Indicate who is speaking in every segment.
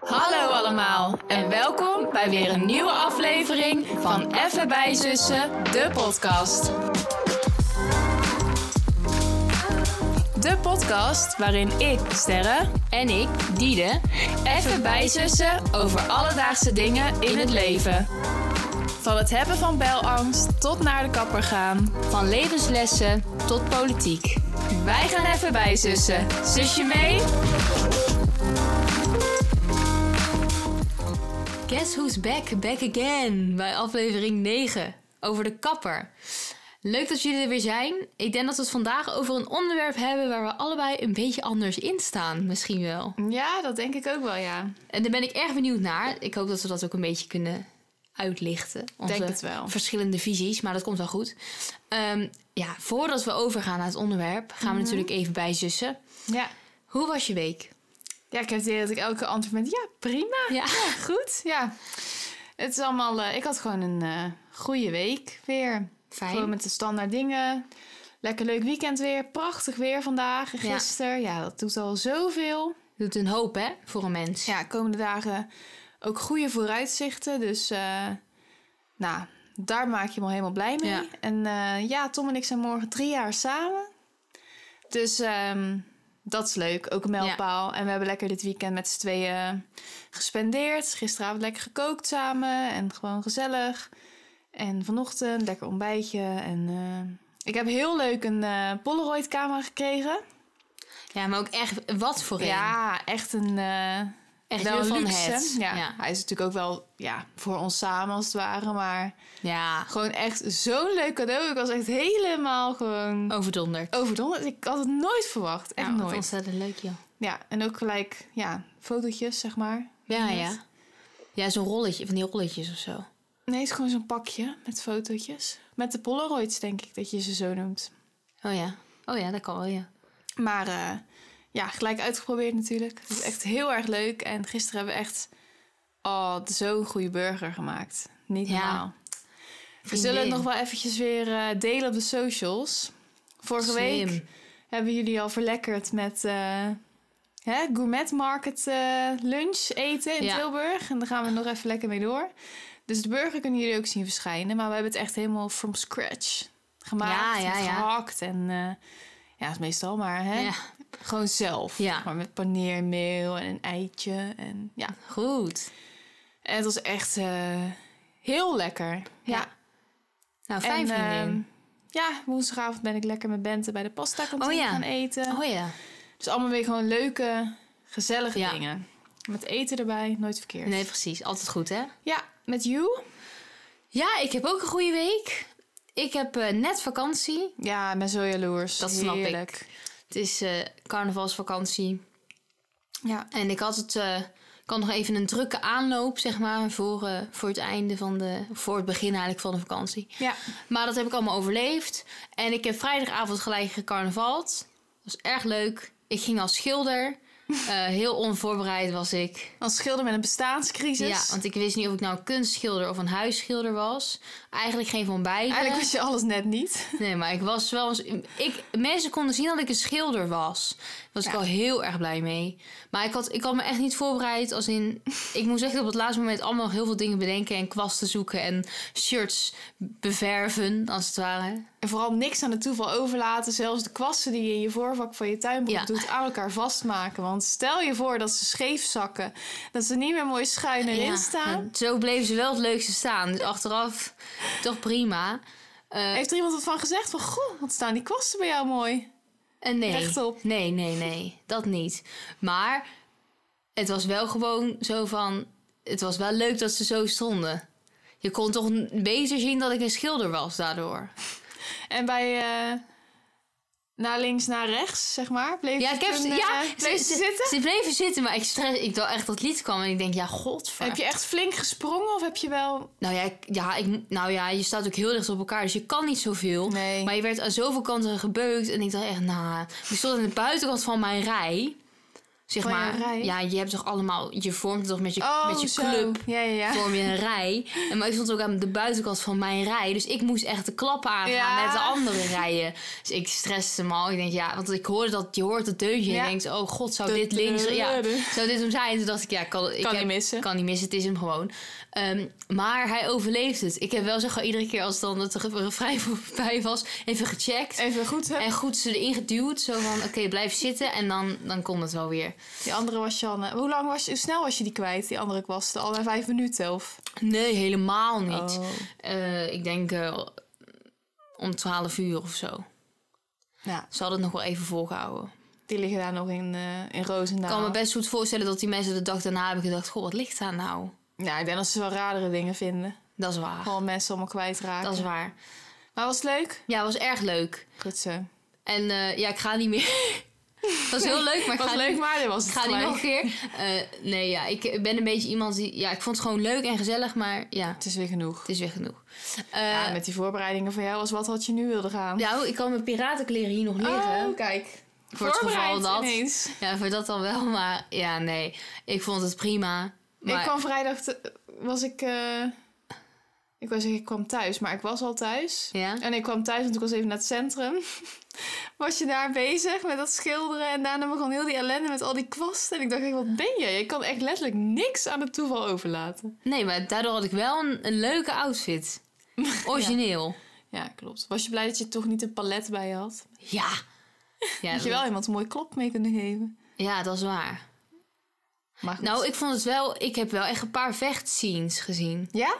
Speaker 1: Hallo allemaal en welkom bij weer een nieuwe aflevering van Even bij Zussen, de podcast. De podcast waarin ik, Sterre, en ik, Diede, even bijzussen over alledaagse dingen in het leven. Van het hebben van belangst tot naar de kapper gaan, van levenslessen tot politiek. Wij gaan even bijzussen. Zus je mee?
Speaker 2: Guess who's back, back again bij aflevering 9 over de kapper. Leuk dat jullie er weer zijn. Ik denk dat we het vandaag over een onderwerp hebben waar we allebei een beetje anders in staan, misschien wel.
Speaker 1: Ja, dat denk ik ook wel, ja.
Speaker 2: En daar ben ik erg benieuwd naar. Ik hoop dat we dat ook een beetje kunnen uitlichten. Onze
Speaker 1: Denk het wel.
Speaker 2: verschillende visies, maar dat komt wel goed. Ehm, ja, voordat we overgaan naar het onderwerp, gaan
Speaker 1: Mhm.
Speaker 2: we natuurlijk even bijzussen.
Speaker 1: Ja.
Speaker 2: Hoe was je week?
Speaker 1: Ja, ik heb het idee dat ik elke antwoord met ja, prima,
Speaker 2: Ja.
Speaker 1: goed. Ja, het is allemaal. eh, ik had gewoon een eh, goede week weer.
Speaker 2: Fijn.
Speaker 1: Gewoon met de standaard dingen. Lekker leuk weekend weer. Prachtig weer vandaag en
Speaker 2: Ja.
Speaker 1: gisteren. Ja, dat doet al zoveel.
Speaker 2: Doet een hoop, hè, voor een mens.
Speaker 1: Dus Ja, komende dagen ook goede vooruitzichten. Dus, eh, nou, daar maak je me al helemaal blij mee.
Speaker 2: Ja.
Speaker 1: En eh, ja, Tom en ik zijn morgen drie jaar samen. Dus ehm, dat is leuk. Ook een mijlpaal. En we hebben lekker dit weekend met z'n tweeën gespendeerd. Gisteravond lekker gekookt samen en gewoon gezellig. En vanochtend lekker ontbijtje. En eh, ik heb heel leuk een eh, Polaroid-camera gekregen.
Speaker 2: Ja, maar ook echt wat voor een.
Speaker 1: Ja, echt een... eh,
Speaker 2: echt
Speaker 1: wel
Speaker 2: heel van
Speaker 1: luxe.
Speaker 2: het.
Speaker 1: Ja.
Speaker 2: ja.
Speaker 1: Hij is natuurlijk ook wel ja, voor ons samen als het ware. Maar
Speaker 2: Ja,
Speaker 1: gewoon echt zo'n leuk cadeau. Ik was echt helemaal gewoon
Speaker 2: overdonderd.
Speaker 1: overdonderd. Ik had het nooit verwacht. Echt
Speaker 2: Ja, wat
Speaker 1: nooit.
Speaker 2: ontzettend leuk, joh.
Speaker 1: Ja, en ook gelijk ja, fotootjes, zeg maar.
Speaker 2: Ja,
Speaker 1: Net.
Speaker 2: ja. Ja, zo'n rolletje, van die rolletjes of zo.
Speaker 1: Nee, het is gewoon zo'n pakje met fotootjes. Met de Polaroids, denk ik, dat je ze zo noemt.
Speaker 2: Oh ja. Oh ja, dat kan wel, ja.
Speaker 1: Maar eh, ja, gelijk uitgeprobeerd natuurlijk. Het is echt heel erg leuk. En gisteren hebben we echt oh, zo'n goede burger gemaakt. Niet
Speaker 2: Ja.
Speaker 1: normaal. We zullen het nog wel eventjes weer eh, delen op de socials. Vorige week hebben jullie al verlekkerd met eh hè, gourmet market eh, lunch eten in
Speaker 2: Ja.
Speaker 1: Tilburg. En daar gaan we nog even lekker mee door. Dus de burger kunnen jullie ook zien verschijnen. Maar we hebben het echt helemaal from scratch gemaakt.
Speaker 2: Ja, ja,
Speaker 1: en
Speaker 2: ja.
Speaker 1: Gehakt en eh, ja, dat is meestal maar hè,
Speaker 2: Ja,
Speaker 1: gewoon zelf.
Speaker 2: Ja.
Speaker 1: Maar met paneermeel en een eitje. En, ja.
Speaker 2: goed.
Speaker 1: en het was echt eh, heel lekker. ja.
Speaker 2: Nou, fijn
Speaker 1: En,
Speaker 2: vriendin.
Speaker 1: ehm, ja, woensdagavond ben ik lekker met Bente bij de pasta kantine
Speaker 2: Oh ja.
Speaker 1: gaan eten.
Speaker 2: oh ja.
Speaker 1: Dus allemaal weer gewoon leuke, gezellige
Speaker 2: Ja.
Speaker 1: dingen. Met eten erbij, nooit verkeerd.
Speaker 2: Nee, precies. Altijd goed, hè?
Speaker 1: Ja, met you.
Speaker 2: Ja, ik heb ook een goede week. Ik heb eh, net vakantie.
Speaker 1: Ja, ik ben zo jaloers.
Speaker 2: Dat snap ik.
Speaker 1: Heerlijk.
Speaker 2: Het is eh, carnavalsvakantie.
Speaker 1: Ja.
Speaker 2: En ik had het... eh, ik had nog even een drukke aanloop, zeg maar, voor, eh, voor het einde van de... Voor het begin eigenlijk van de vakantie.
Speaker 1: Ja.
Speaker 2: Maar dat heb ik allemaal overleefd. En ik heb vrijdagavond gelijk gecarnavald. Dat was erg leuk. Ik ging als schilder. Eh, heel onvoorbereid was ik.
Speaker 1: Als schilder met een bestaanscrisis.
Speaker 2: Ja, want ik wist niet of ik nou een kunstschilder of een huisschilder was. Eigenlijk geen van beide.
Speaker 1: Eigenlijk wist je alles net niet.
Speaker 2: Nee, maar ik was wel eens... Ik, mensen konden zien dat ik een schilder was. Daar was ik
Speaker 1: Ja.
Speaker 2: al heel erg blij mee. Maar ik had, ik had me echt niet voorbereid. Als in, ik moest echt op het laatste moment allemaal nog heel veel dingen bedenken. En kwasten zoeken en shirts beverven, als het ware.
Speaker 1: En vooral niks aan het toeval overlaten. Zelfs de kwasten die je in je voorvak van je tuinbroek
Speaker 2: Ja.
Speaker 1: doet aan elkaar vastmaken. Want stel je voor dat ze scheef zakken. Dat ze niet meer mooi schuin erin
Speaker 2: Ja,
Speaker 1: staan.
Speaker 2: en Zo bleven ze wel het leukste staan. Dus achteraf toch prima. Eh,
Speaker 1: Heeft er iemand wat van gezegd? Van, goh, wat staan die kwasten bij jou mooi.
Speaker 2: en nee.
Speaker 1: rechtop.
Speaker 2: Nee, nee, nee. Dat niet. Maar het was wel gewoon zo van... Het was wel leuk dat ze zo stonden. Je kon toch n- beter zien dat ik een schilder was daardoor.
Speaker 1: En bij eh, naar links, naar rechts, zeg maar, bleef
Speaker 2: Ja,
Speaker 1: je
Speaker 2: ik heb
Speaker 1: toen,
Speaker 2: ze,
Speaker 1: eh,
Speaker 2: ja,
Speaker 1: bleef je zitten.
Speaker 2: Ze bleven zitten, maar ik, stress, ik dacht echt dat het lied kwam. En ik denk, ja, godver.
Speaker 1: Heb je echt flink gesprongen of heb je wel...
Speaker 2: Nou ja, ik- ja, ik, nou ja, je staat ook heel dicht op elkaar, dus je kan niet zoveel.
Speaker 1: Nee.
Speaker 2: Maar je werd aan zoveel kanten gebeukt. En ik dacht echt, nou, ik stond aan de buitenkant van mijn rij. Zeg
Speaker 1: Van je
Speaker 2: maar,
Speaker 1: rij?
Speaker 2: ja, je hebt toch allemaal, je vormt toch met je,
Speaker 1: Oh,
Speaker 2: met je
Speaker 1: zo.
Speaker 2: club,
Speaker 1: Ja, ja, ja.
Speaker 2: vorm je een rij. En maar ik stond ook aan de buitenkant van mijn rij. Dus ik moest echt de klap aangaan
Speaker 1: Ja.
Speaker 2: met de andere rijen. Dus ik stresste me al. Ik denk, ja, want ik hoorde dat, je hoort dat deuntje. En
Speaker 1: Ja.
Speaker 2: je denkt, oh god, zou
Speaker 1: Dun,
Speaker 2: dit links,
Speaker 1: dun,
Speaker 2: ja,
Speaker 1: dun.
Speaker 2: zou dit hem zijn? Toen dacht ik, ja, kan, ik
Speaker 1: Kan
Speaker 2: heb-
Speaker 1: niet missen.
Speaker 2: Kan niet missen, het is hem gewoon. Ehm, maar hij overleeft het. Ik heb wel zeg maar iedere keer als dan het er een vrij voorbij was, even gecheckt.
Speaker 1: Even goed, hè?
Speaker 2: En goed ze erin geduwd. Zo van, oké, blijf zitten. En dan, dan komt het wel weer.
Speaker 1: Die andere was Janne. Hoe, lang was je, hoe snel was je die kwijt? Die andere was al na vijf minuten of?
Speaker 2: Nee, helemaal niet.
Speaker 1: Oh.
Speaker 2: Eh, ik denk eh, om 12 uur of zo.
Speaker 1: Ja,
Speaker 2: Ze hadden het nog wel even volgehouden.
Speaker 1: Nou, die liggen daar nog in, eh in
Speaker 2: Ik
Speaker 1: Roosendaal.
Speaker 2: kan me best goed voorstellen dat die mensen de dag daarna hebben gedacht... Goh, wat ligt daar nou?
Speaker 1: Nou, ik denk dat ze wel radere dingen vinden.
Speaker 2: Dat is waar.
Speaker 1: Gewoon mensen allemaal kwijtraken.
Speaker 2: Ah. Dat is waar.
Speaker 1: Maar was het leuk?
Speaker 2: Ja, was erg leuk.
Speaker 1: Goed zo.
Speaker 2: En eh, ja, ik ga niet meer. Het was heel leuk, maar ik
Speaker 1: was
Speaker 2: ga
Speaker 1: leuk,
Speaker 2: niet
Speaker 1: maar dit was
Speaker 2: Ik
Speaker 1: het
Speaker 2: ga niet
Speaker 1: gelijk.
Speaker 2: nog weer. Eh, nee, ja, ik ben een beetje iemand die... Ja, ik vond het gewoon leuk en gezellig, maar ja,
Speaker 1: Het is weer genoeg.
Speaker 2: het is weer genoeg. Eh,
Speaker 1: ja, met die voorbereidingen van jou was wat had je nu wilde gaan.
Speaker 2: Nou, ik kan mijn piratenkleren hier nog liggen.
Speaker 1: Oh, kijk.
Speaker 2: voor het geval
Speaker 1: Voorbereid
Speaker 2: dat.
Speaker 1: ineens.
Speaker 2: Ja, voor dat dan wel, maar ja, nee. Ik vond het prima. Maar
Speaker 1: Ik kwam vrijdag... te- was ik... eh, ik wou zeggen, ik kwam thuis, maar ik was al thuis.
Speaker 2: Ja?
Speaker 1: En ik kwam thuis, want ik was even naar het centrum. Was je daar bezig met dat schilderen? En daarna begon heel die ellende met al die kwasten. En ik dacht, echt, wat ben je? Je kan echt letterlijk niks aan het toeval overlaten.
Speaker 2: Nee, maar daardoor had ik wel een, een leuke outfit. Origineel.
Speaker 1: Ja, klopt. Was je blij dat je toch niet een palet bij je had?
Speaker 2: Ja. Ja,
Speaker 1: Had je wel
Speaker 2: dat,
Speaker 1: iemand een mooi klop mee kunnen geven.
Speaker 2: ja, dat is waar.
Speaker 1: Maar goed.
Speaker 2: Nou, ik vond het wel... Ik heb wel echt een paar vechtscenes gezien.
Speaker 1: Ja?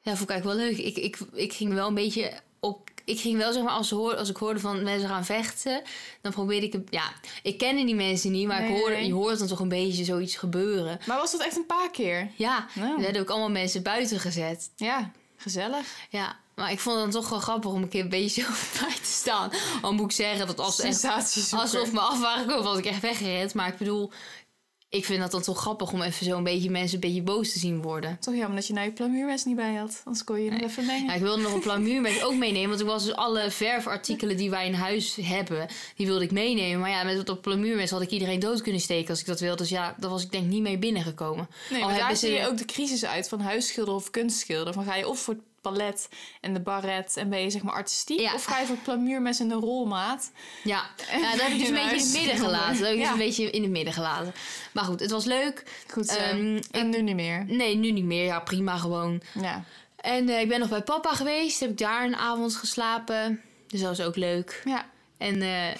Speaker 2: Ja, vond ik eigenlijk wel leuk. Ik, ik, ik ging wel een beetje op. Ik ging wel zeg maar als, hoor, als ik hoorde van mensen gaan vechten, dan probeerde ik. het- Ja, ik kende die mensen niet, maar ik
Speaker 1: Nee,
Speaker 2: hoorde,
Speaker 1: nee.
Speaker 2: je hoort dan toch een beetje zoiets gebeuren.
Speaker 1: Maar was dat echt een paar keer?
Speaker 2: Ja,
Speaker 1: Nou.
Speaker 2: er werden ook allemaal mensen buiten gezet.
Speaker 1: Ja, gezellig.
Speaker 2: Ja, maar ik vond het dan toch wel grappig om een keer een beetje zo bij te staan. Al moet ik zeggen dat als ze echt,
Speaker 1: Sensaties.
Speaker 2: alsof me af waren gekomen, was ik echt weggerend. Maar ik bedoel, ik vind dat dan toch grappig om even zo'n beetje mensen een beetje boos te zien worden.
Speaker 1: Toch jammer dat je nou je plamuurmes niet bij had. Anders kon je hem even mengen.
Speaker 2: Ja, ik wilde nog een plamuur met ook meenemen. Want ik was dus alle verfartikelen die wij in huis hebben, die wilde ik meenemen. Maar ja, met dat plamuurmes had ik iedereen dood kunnen steken als ik dat wilde. Dus ja, daar was ik denk ik niet mee binnengekomen.
Speaker 1: Nee,
Speaker 2: Al
Speaker 1: maar daar
Speaker 2: hebben ze-
Speaker 1: zie je ook de crisis uit van huisschilder of kunstschilder. Van ga je of voor het palet en de barret en ben je zeg maar artistiek?
Speaker 2: Ja.
Speaker 1: Of ga je voor het plamuurmes en de rolmaat?
Speaker 2: Ja, ja dat heb ik dus een
Speaker 1: In
Speaker 2: beetje in het
Speaker 1: huis.
Speaker 2: midden gelaten. Dat heb ik dus
Speaker 1: Ja.
Speaker 2: een beetje in het midden gelaten. Maar goed, het was leuk.
Speaker 1: Goed zo.
Speaker 2: Ehm,
Speaker 1: en nu niet meer.
Speaker 2: Nee, nu niet meer. Ja, prima gewoon.
Speaker 1: Ja.
Speaker 2: En eh, ik ben nog bij papa geweest. Heb ik daar een avond geslapen. Dus dat was ook leuk.
Speaker 1: ja,
Speaker 2: En eh,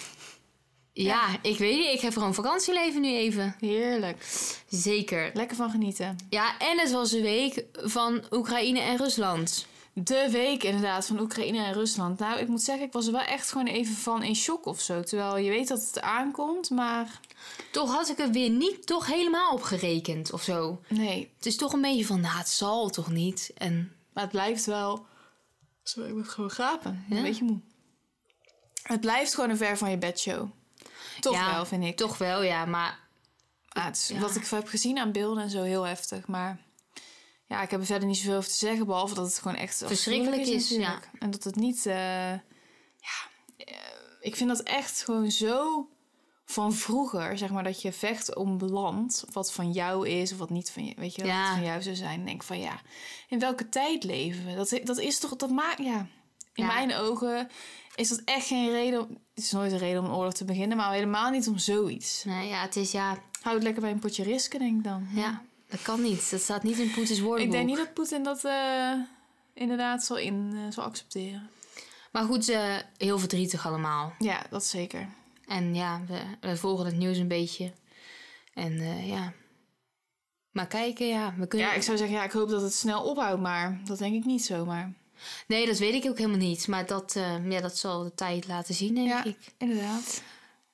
Speaker 2: ja, ik weet niet. Ik heb gewoon vakantieleven nu even.
Speaker 1: heerlijk.
Speaker 2: Zeker.
Speaker 1: Lekker van genieten.
Speaker 2: Ja, en het was de week van Oekraïne en Rusland.
Speaker 1: De week inderdaad van Oekraïne en Rusland. Nou, ik moet zeggen, ik was er wel echt gewoon even van in shock of zo. Terwijl je weet dat het aankomt, maar
Speaker 2: Toch had ik er weer niet toch helemaal op gerekend of zo.
Speaker 1: nee.
Speaker 2: Het is toch een beetje van, nou, het zal toch niet. En
Speaker 1: Maar het blijft wel. Sorry, ik moet gewoon gapen.
Speaker 2: Ja.
Speaker 1: Een beetje moe. Het blijft gewoon een ver van je bedshow. Toch
Speaker 2: Ja,
Speaker 1: wel, vind ik.
Speaker 2: toch wel, ja, maar
Speaker 1: Ah, het is
Speaker 2: Ja.
Speaker 1: Wat ik heb gezien aan beelden en zo heel heftig. Maar ja, ik heb er verder niet zoveel over te zeggen. Behalve dat het gewoon echt
Speaker 2: Verschrikkelijk
Speaker 1: afschuwelijk
Speaker 2: is, ja.
Speaker 1: natuurlijk. En dat het niet. eh, ja, eh, ik vind dat echt gewoon zo van vroeger, zeg maar, dat je vecht om land. Wat van jou is of wat niet van je, weet je, wel,
Speaker 2: Ja.
Speaker 1: wat van jou zou zijn. En denk van ja, in welke tijd leven we? Dat, dat is toch, dat maakt, ja. In
Speaker 2: Ja.
Speaker 1: mijn ogen is dat echt geen reden. om- Het is nooit een reden om een oorlog te beginnen, maar helemaal niet om zoiets.
Speaker 2: nou ja, het is ja,
Speaker 1: Houd het lekker bij een potje risken, denk ik dan.
Speaker 2: ja, dat kan niet. Dat staat niet in Poetins woordenboek.
Speaker 1: Ik denk niet dat Poetin dat eh, inderdaad zal, in, eh, zal accepteren.
Speaker 2: Maar goed, eh, heel verdrietig allemaal.
Speaker 1: Ja, dat zeker.
Speaker 2: En ja, we, we volgen het nieuws een beetje. En eh, ja, maar kijken, ja, we kunnen...
Speaker 1: Ja, ik zou zeggen, ja, ik hoop dat het snel ophoudt, maar dat denk ik niet zomaar.
Speaker 2: Nee, dat weet ik ook helemaal niet. Maar dat, eh, ja, dat zal de tijd laten zien, denk
Speaker 1: Ja.
Speaker 2: ik.
Speaker 1: Inderdaad.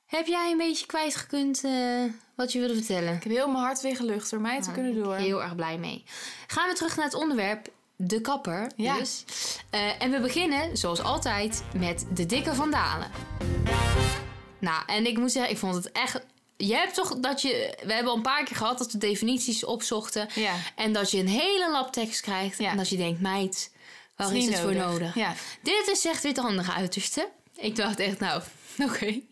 Speaker 2: Heb jij een beetje kwijtgekund eh wat je wilde vertellen?
Speaker 1: Ik heb heel mijn hart weer gelucht door mij te
Speaker 2: Ah,
Speaker 1: kunnen
Speaker 2: daar ben
Speaker 1: door.
Speaker 2: ik Heel erg blij mee. Gaan we terug naar het onderwerp de kapper.
Speaker 1: Ja.
Speaker 2: Dus. Eh, en we beginnen, zoals altijd, met de dikke vandalen. Nou, en ik moet zeggen, ik vond het echt... Je hebt toch dat je... We hebben al een paar keer gehad dat we definities opzochten.
Speaker 1: Ja.
Speaker 2: En dat je een hele lap tekst krijgt.
Speaker 1: Ja.
Speaker 2: En dat je denkt, meid, waar
Speaker 1: Dat
Speaker 2: is
Speaker 1: niet
Speaker 2: het voor nodig?
Speaker 1: Ja.
Speaker 2: Dit is echt weer het andere uiterste. Ik dacht echt, nou, oké. Dit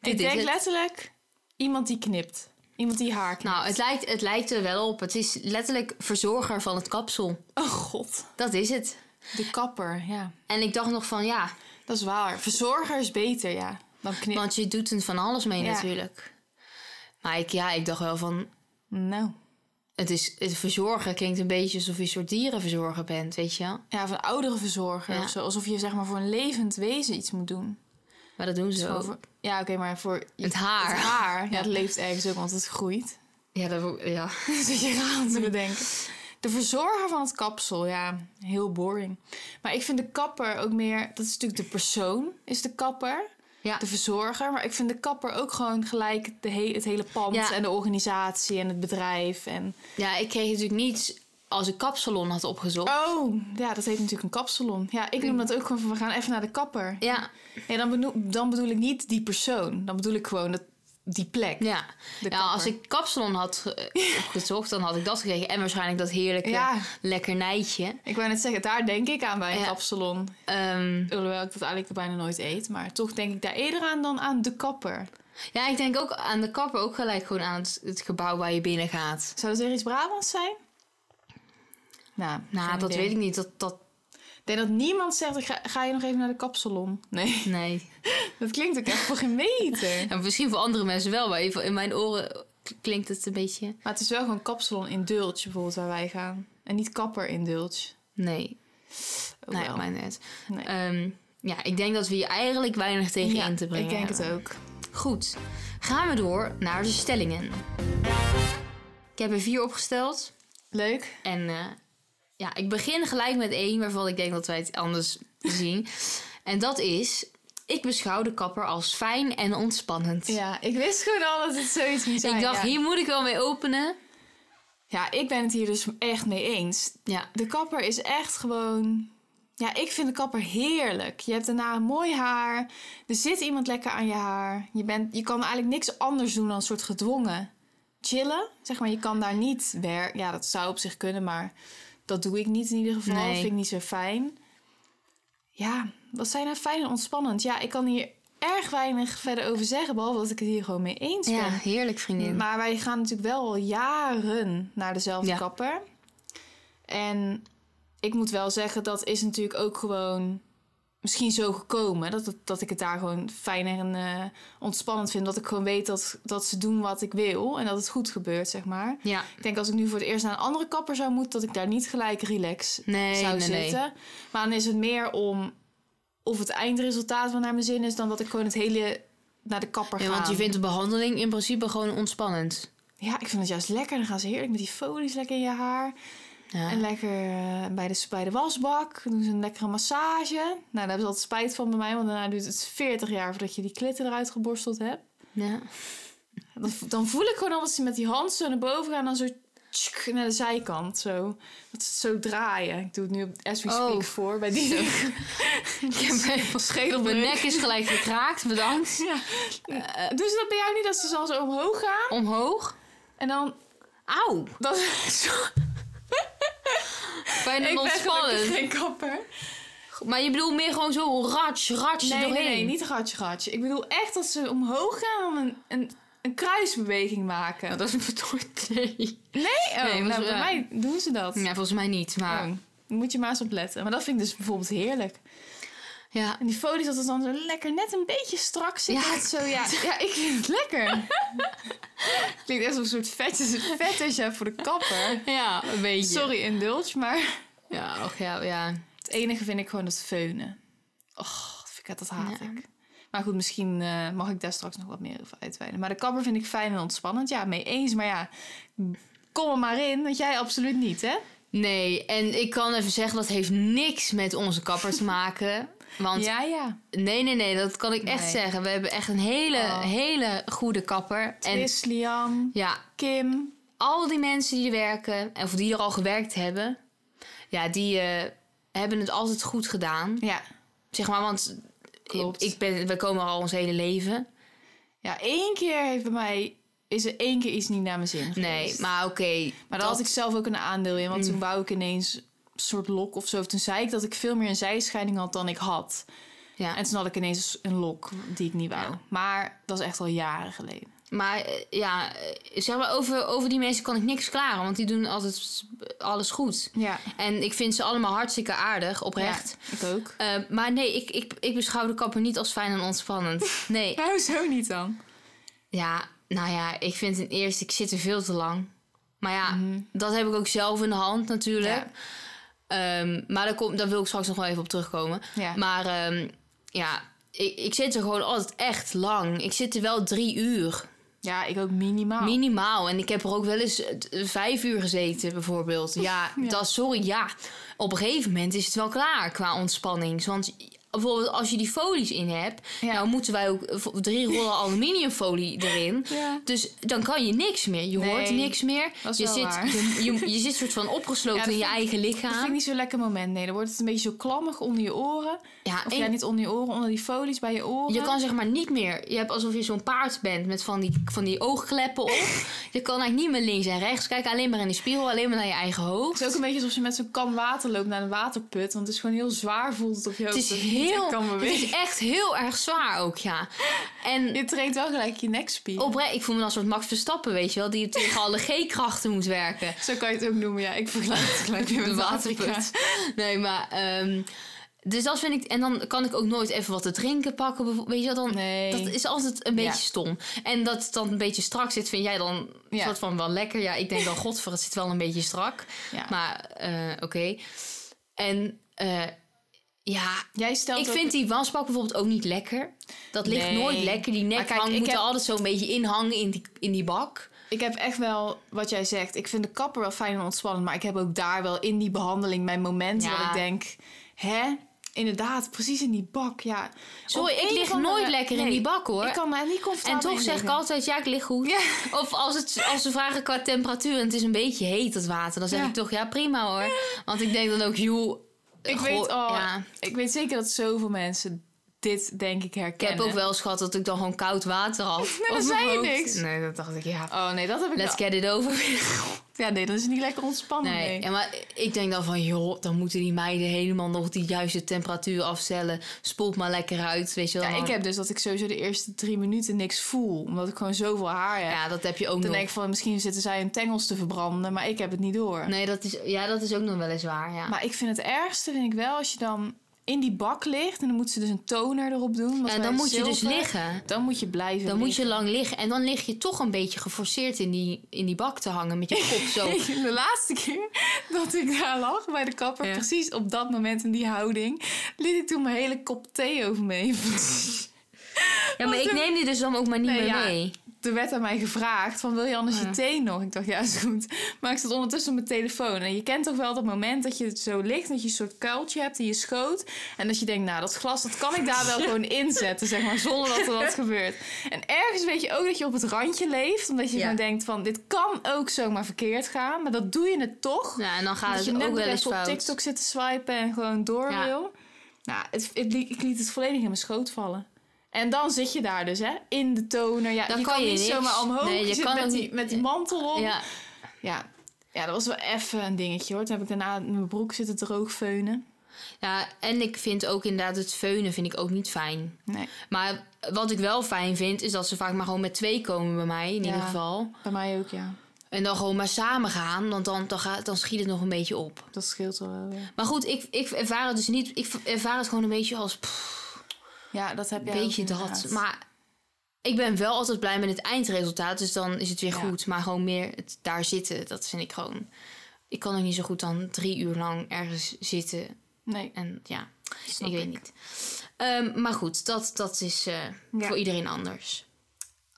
Speaker 1: Ik
Speaker 2: is
Speaker 1: denk
Speaker 2: het.
Speaker 1: letterlijk iemand die knipt. Iemand die haar knipt.
Speaker 2: Nou, het lijkt, het lijkt er wel op. Het is letterlijk verzorger van het kapsel.
Speaker 1: Oh god.
Speaker 2: Dat is het.
Speaker 1: De kapper, ja.
Speaker 2: En ik dacht nog van ja,
Speaker 1: Dat is waar. Verzorger is beter, ja. Dan knip...
Speaker 2: want je doet er van alles mee
Speaker 1: Ja.
Speaker 2: natuurlijk. Maar ik, ja, ik dacht wel van,
Speaker 1: Nou.
Speaker 2: het is, het verzorgen klinkt een beetje alsof je een soort dierenverzorger bent, weet je wel.
Speaker 1: Ja, van oudere verzorger
Speaker 2: Ja.
Speaker 1: of zo. Alsof je zeg maar voor een levend wezen iets moet doen.
Speaker 2: Maar dat doen
Speaker 1: Dus
Speaker 2: ze
Speaker 1: gewoon
Speaker 2: ook.
Speaker 1: voor- Ja, oké, maar voor
Speaker 2: Het haar.
Speaker 1: het haar. Ja,
Speaker 2: Ja.
Speaker 1: het leeft ergens ook, want het groeit.
Speaker 2: Ja, dat, ja.
Speaker 1: Zit je raar
Speaker 2: Hm.
Speaker 1: te bedenken. De verzorger van het kapsel, ja, heel boring. Maar ik vind de kapper ook meer... Dat is natuurlijk de persoon, is de kapper.
Speaker 2: Ja.
Speaker 1: De verzorger. Maar ik vind de kapper ook gewoon gelijk de he- het hele pand...
Speaker 2: Ja.
Speaker 1: en de organisatie en het bedrijf. En...
Speaker 2: ja, ik kreeg natuurlijk niets als ik kapsalon had opgezocht.
Speaker 1: Oh, ja, dat heet natuurlijk een kapsalon. Ja, ik noem
Speaker 2: Hm.
Speaker 1: dat ook gewoon van... we gaan even naar de kapper.
Speaker 2: Ja,
Speaker 1: Nee, dan, benoem- dan bedoel ik niet die persoon. Dan bedoel ik gewoon dat, die plek.
Speaker 2: ja.
Speaker 1: De
Speaker 2: ja als
Speaker 1: kapper.
Speaker 2: ik kapsalon had ge- opgezocht, dan had ik dat gekregen. En waarschijnlijk dat heerlijke
Speaker 1: Ja.
Speaker 2: lekkernijtje.
Speaker 1: Ik wou net zeggen, daar denk ik aan bij een
Speaker 2: Ja.
Speaker 1: kapsalon.
Speaker 2: Ehm,
Speaker 1: Hoewel ik dat eigenlijk bijna nooit eet. Maar toch denk ik daar eerder aan dan aan de kapper.
Speaker 2: ja, ik denk ook aan de kapper, ook gelijk gewoon aan het, het gebouw waar je binnen gaat.
Speaker 1: Zou dat weer iets Brabants zijn? Nou,
Speaker 2: Nou, dat weet ik niet. Dat, dat,
Speaker 1: Ik denk dat niemand zegt, "Ik ga, ga je nog even naar de kapsalon? Nee,
Speaker 2: nee.
Speaker 1: dat klinkt ook echt voor geen meter.
Speaker 2: Ja, misschien voor andere mensen wel, maar even in mijn oren klinkt het een beetje...
Speaker 1: Maar het is wel gewoon kapsalon in Dultje bijvoorbeeld waar wij gaan. En niet kapper in Dultje.
Speaker 2: Nee,
Speaker 1: Ook
Speaker 2: Nou nee,
Speaker 1: wel.
Speaker 2: maar net.
Speaker 1: Nee.
Speaker 2: Ehm, ja, ik denk dat we hier eigenlijk weinig tegen
Speaker 1: Ja,
Speaker 2: in te brengen
Speaker 1: ik denk het
Speaker 2: hebben.
Speaker 1: ook.
Speaker 2: Goed, gaan we door naar de stellingen. Ik heb er vier opgesteld.
Speaker 1: Leuk.
Speaker 2: En eh, ja, ik begin gelijk met één waarvan ik denk dat wij het anders zien. En dat is, ik beschouw de kapper als fijn en ontspannend.
Speaker 1: Ja, ik wist gewoon al dat het zoiets niet zijn.
Speaker 2: ik dacht,
Speaker 1: ja.
Speaker 2: hier moet ik wel mee openen.
Speaker 1: ja, ik ben het hier dus echt mee eens.
Speaker 2: Ja,
Speaker 1: De kapper is echt gewoon. Ja, ik vind de kapper heerlijk. Je hebt daarna een mooi haar. Er zit iemand lekker aan je haar. Je, bent, je kan eigenlijk niks anders doen dan een soort gedwongen chillen. Zeg maar, je kan daar niet werken. Ja, dat zou op zich kunnen, maar dat doe ik niet in ieder geval.
Speaker 2: Nee.
Speaker 1: Dat vind ik niet zo fijn. Ja, wat zijn nou fijn en ontspannend? Ja, ik kan hier erg weinig verder over zeggen, behalve dat ik het hier gewoon mee eens
Speaker 2: ja
Speaker 1: ben.
Speaker 2: heerlijk vriendin.
Speaker 1: Maar wij gaan natuurlijk wel al jaren naar dezelfde
Speaker 2: Ja.
Speaker 1: kapper. En ik moet wel zeggen, dat is natuurlijk ook gewoon misschien zo gekomen. Dat, het- dat ik het daar gewoon fijner en eh, ontspannend vind. Dat ik gewoon weet dat, dat ze doen wat ik wil en dat het goed gebeurt, zeg maar.
Speaker 2: ja,
Speaker 1: Ik denk als ik nu voor het eerst naar een andere kapper zou moeten, dat ik daar niet gelijk relax
Speaker 2: nee,
Speaker 1: zou
Speaker 2: nee, nee.
Speaker 1: zitten. Maar dan is het meer om of het eindresultaat wel naar mijn zin is, dan dat ik gewoon het hele naar de kapper
Speaker 2: Ja,
Speaker 1: ga.
Speaker 2: want je vindt de behandeling in principe gewoon ontspannend.
Speaker 1: Ja, ik vind het juist lekker. Dan gaan ze heerlijk met die folies lekker in je haar.
Speaker 2: Ja.
Speaker 1: En lekker eh, bij, de, bij de wasbak. Dan doen ze een lekkere massage. Nou, daar hebben ze altijd spijt van bij mij. Want daarna duurt het 40 jaar voordat je die klitten eruit geborsteld hebt.
Speaker 2: Ja.
Speaker 1: Dan, vo- dan voel ik gewoon al dat ze met die hand zo naar boven gaan. En dan zo tsk naar de zijkant. Zo. Dat ze het zo draaien. Ik doe het nu op as we
Speaker 2: Oh.
Speaker 1: speak voor. Bij die Eh,
Speaker 2: Ik heb
Speaker 1: van schedel
Speaker 2: mijn nek is gelijk gekraakt, bedankt.
Speaker 1: Ja. Doen ze dat bij jou niet? Dat ze dan zo omhoog gaan.
Speaker 2: Omhoog.
Speaker 1: En dan...
Speaker 2: Auw,
Speaker 1: Dat, sorry,
Speaker 2: fijn
Speaker 1: ik
Speaker 2: en
Speaker 1: ben gelukkig
Speaker 2: ontspannend.
Speaker 1: geen kapper.
Speaker 2: Maar je bedoelt meer gewoon zo rats, rats
Speaker 1: Nee, nee,
Speaker 2: doorheen.
Speaker 1: nee, niet een gatje, gatje. Ik bedoel echt dat ze omhoog gaan en een, een, een kruisbeweging maken.
Speaker 2: Nou, dat is bedoeld, nee.
Speaker 1: nee, oh,
Speaker 2: nee,
Speaker 1: nou,
Speaker 2: volgens
Speaker 1: bij
Speaker 2: mij-
Speaker 1: mij doen ze dat.
Speaker 2: Ja, volgens mij niet, maar...
Speaker 1: Oh, daar moet je maar eens op letten. Maar dat vind ik dus bijvoorbeeld heerlijk.
Speaker 2: Ja.
Speaker 1: En die folies, dat het dan zo lekker net een beetje strak zit.
Speaker 2: Ja.
Speaker 1: Ja, zo, ja, ja ik vind het lekker. Klinkt echt als een soort fetish, fetish hebt voor de kapper.
Speaker 2: Ja, een beetje.
Speaker 1: Sorry, indulge, maar...
Speaker 2: Ja, och ja, ja.
Speaker 1: Het enige vind ik gewoon het feunen. Och, dat vind ik, dat haat
Speaker 2: Ja.
Speaker 1: ik. Maar goed, misschien eh, mag ik daar straks nog wat meer over uitweiden. Maar de kapper vind ik fijn en ontspannend. Ja, mee eens. Maar ja, kom er maar in. Want jij absoluut niet, hè?
Speaker 2: Nee, en ik kan even zeggen, dat heeft niks met onze kapper te maken. Want
Speaker 1: ja, ja.
Speaker 2: nee, nee, nee, dat kan ik echt
Speaker 1: Nee.
Speaker 2: zeggen. We hebben echt een hele,
Speaker 1: Oh.
Speaker 2: hele goede kapper. En
Speaker 1: Chris, Liam,
Speaker 2: ja,
Speaker 1: Kim.
Speaker 2: al die mensen die er werken, of die er al gewerkt hebben, ja, die eh, hebben het altijd goed gedaan.
Speaker 1: Ja.
Speaker 2: Zeg maar, want ik,
Speaker 1: Klopt.
Speaker 2: ik ben, we komen al ons hele leven.
Speaker 1: ja, één keer heeft bij mij... Is er één keer iets niet naar mijn zin
Speaker 2: Nee,
Speaker 1: geweest.
Speaker 2: maar oké.
Speaker 1: Maar daar had ik zelf ook een aandeel in. Want
Speaker 2: Mm.
Speaker 1: toen wou ik ineens een soort lok of zo. Toen zei ik dat ik veel meer een zijscheiding had dan ik had.
Speaker 2: Ja,
Speaker 1: En toen had ik ineens een lok die ik niet wou.
Speaker 2: Ja.
Speaker 1: Maar dat is echt al jaren geleden.
Speaker 2: Maar eh, ja, eh, zeg maar, over, over die mensen kan ik niks klaren. Want die doen altijd alles goed.
Speaker 1: Ja,
Speaker 2: En ik vind ze allemaal hartstikke aardig, oprecht.
Speaker 1: Ja, ik ook.
Speaker 2: Eh, maar nee, ik, ik, ik beschouw de kapper niet als fijn en ontspannend. Nee.
Speaker 1: Nou, zo niet dan.
Speaker 2: Ja, nou ja, ik vind ten eerste, ik zit er veel te lang. Maar ja, dat heb ik ook zelf in de hand natuurlijk.
Speaker 1: Mhm. Ja.
Speaker 2: Ehm, maar daar, kom, daar wil ik straks nog wel even op terugkomen.
Speaker 1: Ja.
Speaker 2: Maar ehm, ja, ik, ik zit er gewoon altijd echt lang. Ik zit er wel drie uur,
Speaker 1: Ja, ik ook minimaal.
Speaker 2: minimaal. En ik heb er ook wel eens eh, t- vijf uur gezeten bijvoorbeeld. Ja,
Speaker 1: Ja.
Speaker 2: Dat, sorry, ja. Op een gegeven moment is het wel klaar qua ontspanning. Want bijvoorbeeld als je die folies in hebt...
Speaker 1: Ja.
Speaker 2: nou moeten wij ook eh, vo- drie rollen aluminiumfolie erin...
Speaker 1: ja.
Speaker 2: Dus dan kan je niks meer. Je
Speaker 1: Nee,
Speaker 2: hoort niks meer.
Speaker 1: dat is
Speaker 2: je,
Speaker 1: wel
Speaker 2: zit,
Speaker 1: waar.
Speaker 2: Je, je, je zit soort van opgesloten
Speaker 1: Ja, dat
Speaker 2: in je
Speaker 1: vind
Speaker 2: eigen
Speaker 1: Dat vind ik
Speaker 2: lichaam.
Speaker 1: niet zo'n lekker moment. Nee, dan wordt het een beetje zo klammig onder je oren.
Speaker 2: Ja,
Speaker 1: Of
Speaker 2: en
Speaker 1: ja, niet onder je oren, onder die folies bij je oren.
Speaker 2: je kan zeg maar niet meer. Je hebt alsof je zo'n paard bent met van die, van die oogkleppen op. je kan eigenlijk niet meer links en rechts kijken. Alleen maar in de spiegel, alleen maar naar je eigen hoofd.
Speaker 1: Het is ook een beetje alsof je met zo'n kan water loopt naar een waterput. Want het is gewoon heel zwaar voelt het op je
Speaker 2: Het
Speaker 1: hoofd. dat
Speaker 2: is
Speaker 1: je niet echt
Speaker 2: heel.
Speaker 1: kan
Speaker 2: Het
Speaker 1: bewegen.
Speaker 2: is echt heel erg zwaar ook, ja. En
Speaker 1: Je traint wel gelijk je nekspier.
Speaker 2: oprecht, ik voel me dan een soort Max Verstappen, weet je wel, die tegen alle G-krachten moet werken.
Speaker 1: Zo kan je het ook noemen, ja. Ik vergelijk het gelijk weer
Speaker 2: de
Speaker 1: met Afrika.
Speaker 2: waterput. Nee, maar. ehm, dus dat vind ik. En dan kan ik ook nooit even wat te drinken pakken. bijvo- Weet je wel, dan.
Speaker 1: Nee.
Speaker 2: Dat is altijd een beetje
Speaker 1: Ja.
Speaker 2: stom. En dat het dan een beetje strak zit, vind jij dan een
Speaker 1: Ja.
Speaker 2: soort van wel lekker. Ja, ik denk dan, godver, het zit wel een beetje strak.
Speaker 1: Ja.
Speaker 2: Maar eh, oké. En eh, ja,
Speaker 1: Jij stelt
Speaker 2: ik
Speaker 1: ook-
Speaker 2: vind die wasbak bijvoorbeeld ook niet lekker. Dat ligt
Speaker 1: Nee.
Speaker 2: nooit lekker. Die nek
Speaker 1: kijk,
Speaker 2: hangt,
Speaker 1: ik
Speaker 2: moet er
Speaker 1: heb-
Speaker 2: altijd zo'n beetje inhangen in die, in die bak.
Speaker 1: Ik heb echt wel, wat jij zegt, ik vind de kapper wel fijn en ontspannend. Maar ik heb ook daar wel in die behandeling mijn moment
Speaker 2: Ja.
Speaker 1: dat ik denk... Hè? Inderdaad, precies in die bak, ja.
Speaker 2: Sorry,
Speaker 1: Op
Speaker 2: ik
Speaker 1: een
Speaker 2: lig
Speaker 1: of andere-
Speaker 2: nooit lekker in
Speaker 1: Nee,
Speaker 2: die bak hoor.
Speaker 1: Ik kan mij niet
Speaker 2: En
Speaker 1: comfortabel
Speaker 2: toch
Speaker 1: in
Speaker 2: zeg ik
Speaker 1: liggen.
Speaker 2: altijd, ja, ik lig goed. Of als, het, als ze vragen qua temperatuur en het is een beetje heet, dat water, dan zeg
Speaker 1: Ja.
Speaker 2: ik toch, ja, prima hoor. Want ik denk dan ook, joh...
Speaker 1: Ik
Speaker 2: goh,
Speaker 1: weet, oh,
Speaker 2: ja.
Speaker 1: ik weet zeker dat zoveel mensen dit denk ik
Speaker 2: Ik
Speaker 1: herkennen.
Speaker 2: heb ook wel eens gehad dat ik dan gewoon koud water had. Nee,
Speaker 1: dan zei je niks.
Speaker 2: Nee, dat dacht ik, ja,
Speaker 1: Oh nee, dat heb ik
Speaker 2: let's
Speaker 1: wel.
Speaker 2: get it over with.
Speaker 1: Ja, nee, dan is het niet lekker ontspannen.
Speaker 2: Nee,
Speaker 1: Oh, Nee.
Speaker 2: ja, maar ik denk dan van, joh, dan moeten die meiden helemaal nog die juiste temperatuur afstellen. Spoelt maar lekker uit, weet je wel.
Speaker 1: Ja, ik
Speaker 2: Dan-
Speaker 1: heb dus dat ik sowieso de eerste drie minuten niks voel. Omdat ik gewoon zoveel haar heb.
Speaker 2: Ja, dat heb je ook
Speaker 1: Dan
Speaker 2: nog.
Speaker 1: denk ik van, misschien zitten zij hun tengels te verbranden, maar ik heb het niet door.
Speaker 2: Nee, dat is, ja, dat is ook nog wel eens waar, ja.
Speaker 1: Maar ik vind het ergste, vind ik wel, als je dan in die bak ligt... en dan moet ze dus een toner erop doen. want
Speaker 2: Ja,
Speaker 1: wij
Speaker 2: dan moet je dus
Speaker 1: zilver-
Speaker 2: liggen.
Speaker 1: Dan moet je blijven
Speaker 2: Dan moet je lang liggen en dan lig je toch een beetje geforceerd in die, in die bak te hangen met je kop zo.
Speaker 1: Ik- De laatste keer dat ik daar lag bij de kapper,
Speaker 2: Ja.
Speaker 1: precies op dat moment in die houding, liet ik toen mijn hele kop thee over me heen.
Speaker 2: Ja, maar ik neem die dus dan ook maar niet
Speaker 1: Nee,
Speaker 2: meer
Speaker 1: ja.
Speaker 2: mee.
Speaker 1: Er werd aan mij gevraagd van wil je anders je thee nog? Ik dacht ja is goed. Maar ik zat ondertussen op mijn telefoon. En je kent toch wel dat moment dat je zo ligt, dat je een soort kuiltje hebt in je schoot. En dat je denkt nou dat glas dat kan ik daar wel gewoon inzetten zeg maar zonder dat er wat gebeurt. En ergens weet je ook dat je op het randje leeft. Omdat je
Speaker 2: Ja.
Speaker 1: gewoon denkt van dit kan ook zomaar verkeerd gaan. Maar dat doe je het toch.
Speaker 2: Ja, en dan gaat
Speaker 1: dat je
Speaker 2: het
Speaker 1: net
Speaker 2: Ah, ook wel
Speaker 1: nog
Speaker 2: eens
Speaker 1: even op
Speaker 2: fout.
Speaker 1: TikTok zit te swipen en gewoon door
Speaker 2: Ja.
Speaker 1: wil. Nou, het, het li- ik liet het volledig in mijn schoot vallen. En dan zit je daar dus, hè? In de toner. Ja,
Speaker 2: Dan
Speaker 1: je
Speaker 2: kan
Speaker 1: kan,
Speaker 2: je
Speaker 1: niet
Speaker 2: niks.
Speaker 1: zomaar omhoog.
Speaker 2: Nee,
Speaker 1: je
Speaker 2: je
Speaker 1: zit
Speaker 2: kan ook
Speaker 1: met,
Speaker 2: niet-
Speaker 1: die, met die mantel om. Ja.
Speaker 2: Ja,
Speaker 1: Ja. dat was wel even een dingetje, hoor. Toen heb ik daarna in mijn broek zitten droogveunen.
Speaker 2: ja, en ik vind ook inderdaad het feunen vind ik ook niet fijn.
Speaker 1: Nee,
Speaker 2: Maar wat ik wel fijn vind, is dat ze vaak maar gewoon met twee komen bij mij, in
Speaker 1: Ja.
Speaker 2: ieder geval.
Speaker 1: bij mij ook, ja.
Speaker 2: En dan gewoon maar samen gaan, want dan, dan, gaat, dan schiet het nog een beetje op.
Speaker 1: Dat scheelt wel, wel, ja.
Speaker 2: Maar goed, ik, ik ervaar het dus niet. Ik ervaar het gewoon een beetje als... pff,
Speaker 1: Ja, dat heb jij
Speaker 2: Weet
Speaker 1: ook
Speaker 2: je dat.
Speaker 1: inderdaad.
Speaker 2: Maar ik ben wel altijd blij met het eindresultaat. Dus dan is het weer
Speaker 1: Ja.
Speaker 2: goed. Maar gewoon meer het daar zitten, dat vind ik gewoon. Ik kan ook niet zo goed dan drie uur lang ergens zitten.
Speaker 1: Nee,
Speaker 2: En ja,
Speaker 1: snap
Speaker 2: ik weet niet. Ehm, maar goed, dat, dat is eh,
Speaker 1: Ja.
Speaker 2: voor iedereen anders.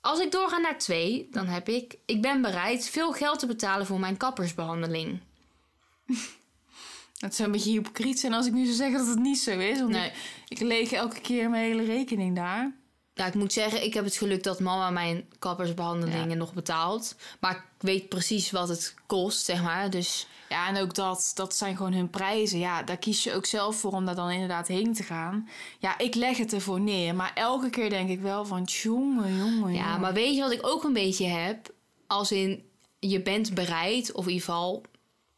Speaker 2: Als ik doorga naar twee, dan heb ik... Ik ben bereid veel geld te betalen voor mijn kappersbehandeling.
Speaker 1: Het zou een beetje hypocriet zijn als ik nu zou zeggen dat het niet zo is. Want
Speaker 2: Nee.
Speaker 1: ik, ik leeg elke keer mijn hele rekening daar.
Speaker 2: Ja, ik moet zeggen, ik heb het geluk dat mama mijn kappersbehandelingen nog betaalt. Maar ik weet precies wat het kost, zeg maar. Dus
Speaker 1: Ja, en ook dat, dat zijn gewoon hun prijzen. Ja, daar kies je ook zelf voor om daar dan inderdaad heen te gaan. Ja, ik leg het ervoor neer. Maar elke keer denk ik wel van, jongen, jongen,
Speaker 2: Ja,
Speaker 1: jongen.
Speaker 2: maar weet je wat ik ook een beetje heb? Als in, je bent bereid, of in ieder geval...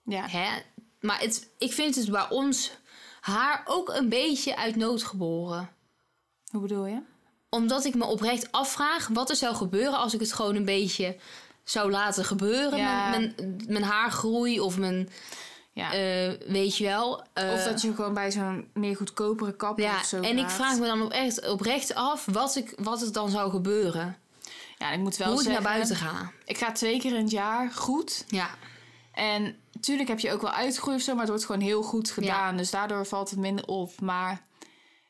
Speaker 1: Ja,
Speaker 2: Hè? Maar het, ik vind het bij ons haar ook een beetje uit nood geboren.
Speaker 1: hoe bedoel je?
Speaker 2: Omdat ik me oprecht afvraag wat er zou gebeuren als ik het gewoon een beetje zou laten gebeuren.
Speaker 1: Ja.
Speaker 2: Mijn, mijn, mijn haargroei of mijn,
Speaker 1: Ja.
Speaker 2: eh, weet je wel. eh,
Speaker 1: of dat je gewoon bij zo'n meer goedkopere kapper
Speaker 2: ja,
Speaker 1: of zo
Speaker 2: en ik
Speaker 1: gaat.
Speaker 2: vraag me dan oprecht, oprecht af wat, ik, wat het dan zou gebeuren.
Speaker 1: Ja, ik moet wel
Speaker 2: hoe
Speaker 1: zeggen,
Speaker 2: ik naar buiten ga.
Speaker 1: Ik ga twee keer in het jaar goed.
Speaker 2: Ja,
Speaker 1: En natuurlijk heb je ook wel uitgroei of zo, maar het wordt gewoon heel goed gedaan. Dus daardoor valt het minder op. Maar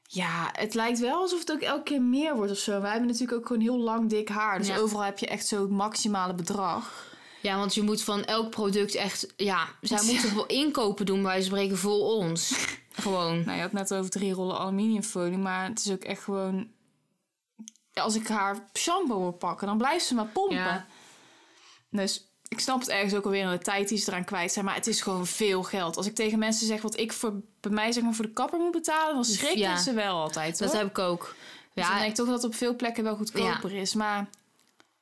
Speaker 1: ja, het lijkt wel alsof het ook elke keer meer wordt of zo. Wij hebben natuurlijk ook gewoon heel lang dik haar. Dus
Speaker 2: Ja.
Speaker 1: overal heb je echt zo het maximale bedrag.
Speaker 2: ja want je moet van elk product echt... Ja, zij moeten wel inkopen doen, bij wijze van spreken, voor ons. Gewoon.
Speaker 1: Nou, je had net over drie rollen aluminiumfolie, maar het is ook echt gewoon... Ja, Als ik haar shampoo wil pakken, dan blijft ze maar pompen.
Speaker 2: Ja.
Speaker 1: Dus ik snap het ergens ook alweer aan de tijd die ze eraan kwijt zijn. Maar het is gewoon veel geld. Als ik tegen mensen zeg wat ik voor, bij mij zeg maar voor de kapper moet betalen... dan schrikken
Speaker 2: Ja.
Speaker 1: ze wel altijd, hoor.
Speaker 2: Dat heb ik ook.
Speaker 1: Dus dan
Speaker 2: Ja,
Speaker 1: denk ik toch dat het op veel plekken wel goedkoper is. Maar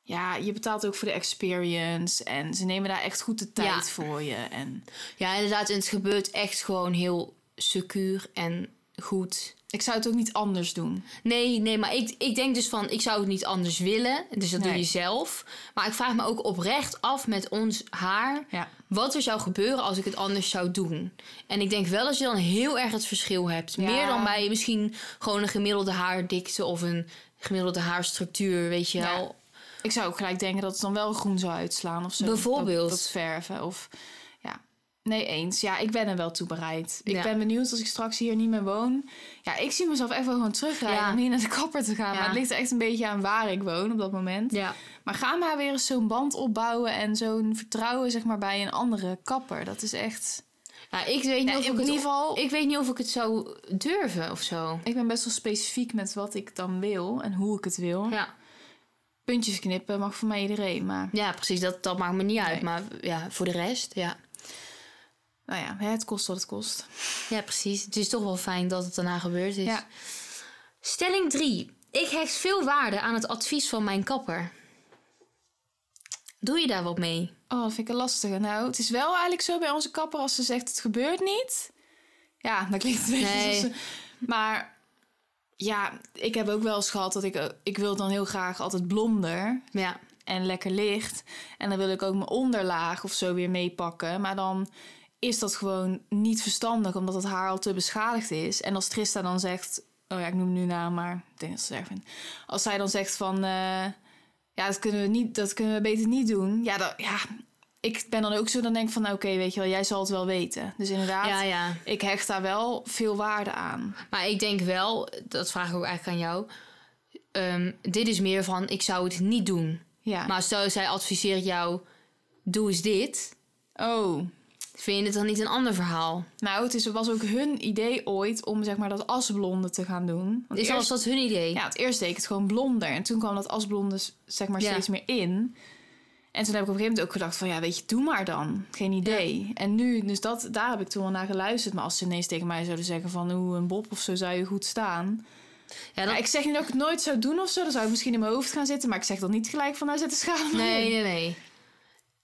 Speaker 1: ja, je betaalt ook voor de experience. En ze nemen daar echt goed de tijd
Speaker 2: Ja.
Speaker 1: voor je. En
Speaker 2: ja, inderdaad. En het gebeurt echt gewoon heel secuur en goed.
Speaker 1: ik zou het ook niet anders doen.
Speaker 2: Nee, nee, maar ik, ik denk dus van, ik zou het niet anders willen. Dus dat doe
Speaker 1: Nee.
Speaker 2: je zelf. Maar ik vraag me ook oprecht af met ons haar...
Speaker 1: Ja.
Speaker 2: wat er zou gebeuren als ik het anders zou doen. En ik denk wel dat je dan heel erg het verschil hebt.
Speaker 1: Ja.
Speaker 2: Meer dan bij misschien gewoon een gemiddelde haardikte... of een gemiddelde haarstructuur, weet je
Speaker 1: Ja.
Speaker 2: wel.
Speaker 1: Ik zou ook gelijk denken dat het dan wel groen zou uitslaan of zo.
Speaker 2: Bijvoorbeeld.
Speaker 1: Dat, dat verven of... Ja. Nee, eens. Ja, ik ben er wel toe bereid. Ik
Speaker 2: Ja.
Speaker 1: ben benieuwd als ik straks hier niet meer woon. Ja, ik zie mezelf echt wel gewoon terugrijden
Speaker 2: Ja.
Speaker 1: om hier naar de kapper te gaan.
Speaker 2: Ja.
Speaker 1: Maar het ligt er echt een beetje aan waar ik woon op dat moment.
Speaker 2: Ja.
Speaker 1: Maar ga maar weer eens zo'n band opbouwen en zo'n vertrouwen zeg maar, bij een andere kapper. Dat is echt...
Speaker 2: Ja, ik weet niet
Speaker 1: Ja,
Speaker 2: of
Speaker 1: in
Speaker 2: ik het...
Speaker 1: ieder geval, ik,
Speaker 2: Ik weet niet of ik het zou durven of zo.
Speaker 1: ik ben best wel specifiek met wat ik dan wil en hoe ik het wil.
Speaker 2: Ja,
Speaker 1: Puntjes knippen mag voor mij iedereen, maar
Speaker 2: ja precies. Dat, dat maakt me niet uit.
Speaker 1: Nee.
Speaker 2: Maar ja, voor de rest, ja.
Speaker 1: nou ja, het kost wat het kost.
Speaker 2: Ja, precies. Het is toch wel fijn dat het daarna gebeurd is.
Speaker 1: Ja.
Speaker 2: Stelling 3. Ik hecht veel waarde aan het advies van mijn kapper. Doe je daar wat mee?
Speaker 1: Oh, dat vind ik een lastige. Nou, het is wel eigenlijk zo bij onze kapper als ze zegt het gebeurt niet. Ja, dan klinkt het een beetje
Speaker 2: Nee.
Speaker 1: zoals een- Maar ja, ik heb ook wel eens gehad dat ik... eh, Ik wil dan heel graag altijd blonder.
Speaker 2: Ja.
Speaker 1: en lekker licht. En dan wil ik ook mijn onderlaag of zo weer meepakken. Maar dan is dat gewoon niet verstandig, omdat het haar al te beschadigd is. En als Trista dan zegt... Oh ja, ik noem nu naam, maar ik denk dat ze het erg vindt. Als zij dan zegt van... eh, ja, dat kunnen, we niet, dat kunnen we beter niet doen. Ja, dan, ja, ik ben dan ook zo dan denk ik van... nou, Oké, weet je wel, jij zal het wel weten. Dus inderdaad,
Speaker 2: Ja, ja.
Speaker 1: ik hecht daar wel veel waarde aan.
Speaker 2: Maar ik denk wel, dat vraag ik ook eigenlijk aan jou. ehm, dit is meer van, ik zou het niet doen.
Speaker 1: Ja.
Speaker 2: Maar stel, zij adviseert jou, doe eens dit.
Speaker 1: oh,
Speaker 2: Vind je het dan niet een ander verhaal?
Speaker 1: nou, het is, was ook hun idee ooit om zeg maar dat asblonde te gaan doen. Want
Speaker 2: Is
Speaker 1: eerst-
Speaker 2: als dat hun idee?
Speaker 1: Ja, het eerst deed ik het gewoon blonder. En toen kwam dat asblonde s- zeg maar
Speaker 2: Ja.
Speaker 1: steeds meer in. En toen heb ik op een gegeven moment ook gedacht van... Ja, weet je, doe maar dan. Geen idee. En nu, dus dat, daar heb ik toen wel naar geluisterd. Maar als ze ineens tegen mij zouden zeggen van... Hoe een bob of zo zou je goed staan.
Speaker 2: Ja,
Speaker 1: Ja,
Speaker 2: dat...
Speaker 1: ik zeg niet dat ik het nooit zou doen of zo. Dan zou ik misschien in mijn hoofd gaan zitten. Maar ik zeg dan niet gelijk van... Nou, zet de schade maar
Speaker 2: Nee,
Speaker 1: in.
Speaker 2: nee, nee.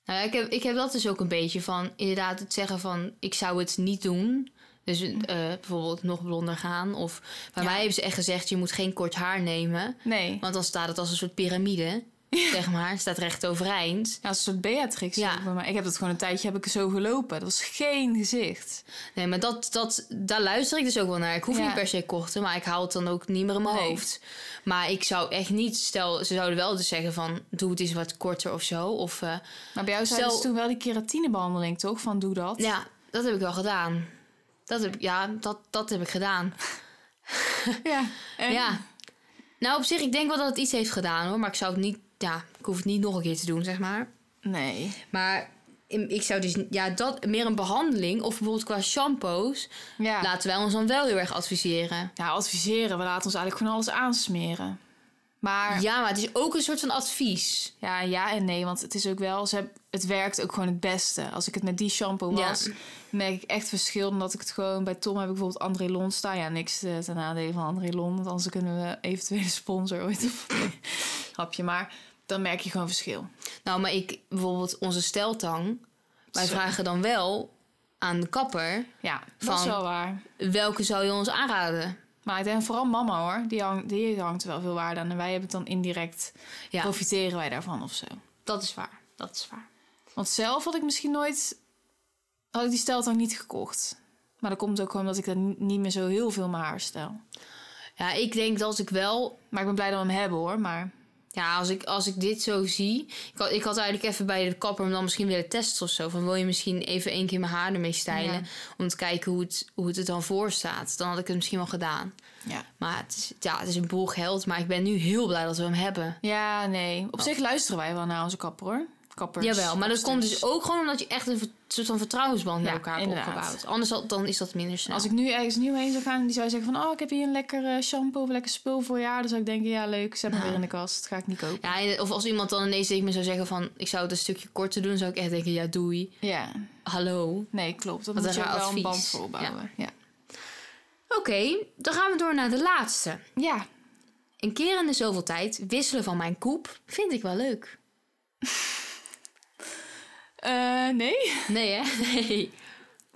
Speaker 2: Nou, ja, ik, heb, ik heb dat dus ook een beetje van inderdaad het zeggen van ik zou het niet doen. Dus eh, bijvoorbeeld nog blonder gaan. Of bij
Speaker 1: Hm. Ja.
Speaker 2: mij hebben ze echt gezegd: je moet geen kort haar nemen.
Speaker 1: Nee.
Speaker 2: Want dan staat het als een soort piramide. Zeg maar. Het staat recht overeind.
Speaker 1: Ja, dat is een soort Beatrix.
Speaker 2: Ja.
Speaker 1: zeg maar. Maar ik heb dat gewoon een tijdje heb ik zo gelopen. Dat was geen gezicht.
Speaker 2: Nee, maar dat, dat, daar luister ik dus ook wel naar. Ik hoef
Speaker 1: Ja.
Speaker 2: niet per se korter, maar ik haal het dan ook niet meer in mijn
Speaker 1: Nee.
Speaker 2: hoofd. Maar ik zou echt niet, stel, ze zouden wel dus zeggen van doe het eens wat korter of zo. Of eh,
Speaker 1: Maar bij jou zei
Speaker 2: Stel-
Speaker 1: dus toen wel die keratinebehandeling, toch? Van doe dat.
Speaker 2: Ja, dat heb ik wel gedaan. Dat heb, ja, dat, dat heb ik gedaan.
Speaker 1: ja. En-
Speaker 2: Ja. Nou, op zich, ik denk wel dat het iets heeft gedaan hoor. Maar ik zou het niet, ja, ik hoef het niet nog een keer te doen, zeg maar.
Speaker 1: Nee.
Speaker 2: Maar in- ik zou dus, niet- ja, dat meer een behandeling. Of bijvoorbeeld qua shampoos.
Speaker 1: Ja.
Speaker 2: Laten wij ons dan wel heel erg adviseren.
Speaker 1: Ja, adviseren. We laten ons eigenlijk gewoon alles aansmeren. Maar ja,
Speaker 2: Ja, maar het is ook een soort van advies.
Speaker 1: ja, en nee, want het is ook wel... Ze heb- het werkt ook gewoon het beste. Als ik het met die shampoo
Speaker 2: Ja.
Speaker 1: was, merk ik echt verschil. Omdat ik het gewoon... Bij Tom heb ik bijvoorbeeld André Lon staan. Ja, niks eh, ten nadele van André Lon. Want anders kunnen we eventuele sponsor ooit... Grapje, maar dan merk je gewoon verschil.
Speaker 2: Nou, maar ik, bijvoorbeeld onze steltang. Wij
Speaker 1: Zo.
Speaker 2: vragen dan wel aan de kapper.
Speaker 1: Ja, dat
Speaker 2: Van-
Speaker 1: is wel waar.
Speaker 2: Welke zou je ons aanraden?
Speaker 1: Maar en vooral mama hoor, die, hang, die hangt er wel veel waarde aan. En wij hebben het dan indirect,
Speaker 2: Ja.
Speaker 1: profiteren wij daarvan of zo.
Speaker 2: Dat is waar. Dat is waar.
Speaker 1: Want zelf had ik misschien nooit, had ik die steltang niet gekocht. Maar dat komt ook gewoon omdat ik er ni- niet meer zo heel veel mijn haar stel.
Speaker 2: Ja, ik denk dat als ik wel...
Speaker 1: Maar ik ben blij dat we hem hebben hoor, maar
Speaker 2: Ja, als ik, als ik dit zo zie... Ik had, ik had eigenlijk even bij de kapper hem dan misschien willen testen of zo. Van wil je misschien even één keer mijn haar ermee stijlen?
Speaker 1: Ja.
Speaker 2: Om te kijken hoe het, hoe het er dan voor staat. Dan had ik het misschien wel gedaan.
Speaker 1: ja.
Speaker 2: Maar het is, ja, het is een boel geld. Maar ik ben nu heel blij dat we hem hebben.
Speaker 1: Ja, nee. Op zich luisteren wij wel naar onze kapper hoor. Kappers.
Speaker 2: Oh. Jawel, maar dat
Speaker 1: kapsters.
Speaker 2: komt dus ook gewoon omdat je echt een ver- soort van vertrouwensband met
Speaker 1: Ja,
Speaker 2: elkaar hebt
Speaker 1: inderdaad.
Speaker 2: opgebouwd. Anders had- dan is dat minder snel.
Speaker 1: Als ik nu ergens nieuw heen zou gaan en die zou zeggen van... Oh, ik heb hier een lekker eh, shampoo of lekker spul voor je haar. Dan zou ik denken, ja leuk, zet maar
Speaker 2: Ja.
Speaker 1: weer in de kast. Ga ik niet kopen.
Speaker 2: Ja, en- of als iemand dan ineens tegen me zou zeggen van... ik zou het een stukje korter doen, zou ik echt denken, ja doei,
Speaker 1: Ja,
Speaker 2: hallo. Oké,
Speaker 1: nee, klopt. Dat
Speaker 2: Wat
Speaker 1: moet
Speaker 2: een
Speaker 1: je ook
Speaker 2: raar
Speaker 1: wel een
Speaker 2: advies.
Speaker 1: band voor opbouwen. Ja.
Speaker 2: dan gaan we door naar de laatste.
Speaker 1: Ja.
Speaker 2: Een keer in de zoveel tijd wisselen van mijn koep vind ik wel leuk.
Speaker 1: Eh, nee.
Speaker 2: Nee hè? Nee.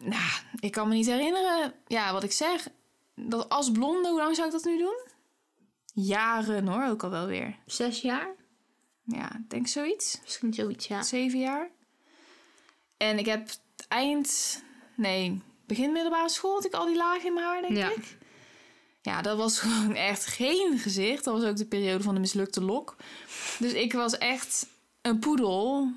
Speaker 1: Nou, ik kan me niet herinneren. Ja, wat ik zeg. Dat als blonde, hoe lang zou ik dat nu doen? Jaren hoor, ook al wel weer.
Speaker 2: Zes jaar?
Speaker 1: Ja, ik denk zoiets.
Speaker 2: Misschien zoiets, ja.
Speaker 1: zeven jaar. En ik heb eind, nee, begin middelbare school had ik al die lagen in mijn haar, denk
Speaker 2: Ja.
Speaker 1: ik. Ja, dat was gewoon echt geen gezicht. Dat was ook de periode van de mislukte lok. Dus ik was echt een poedel,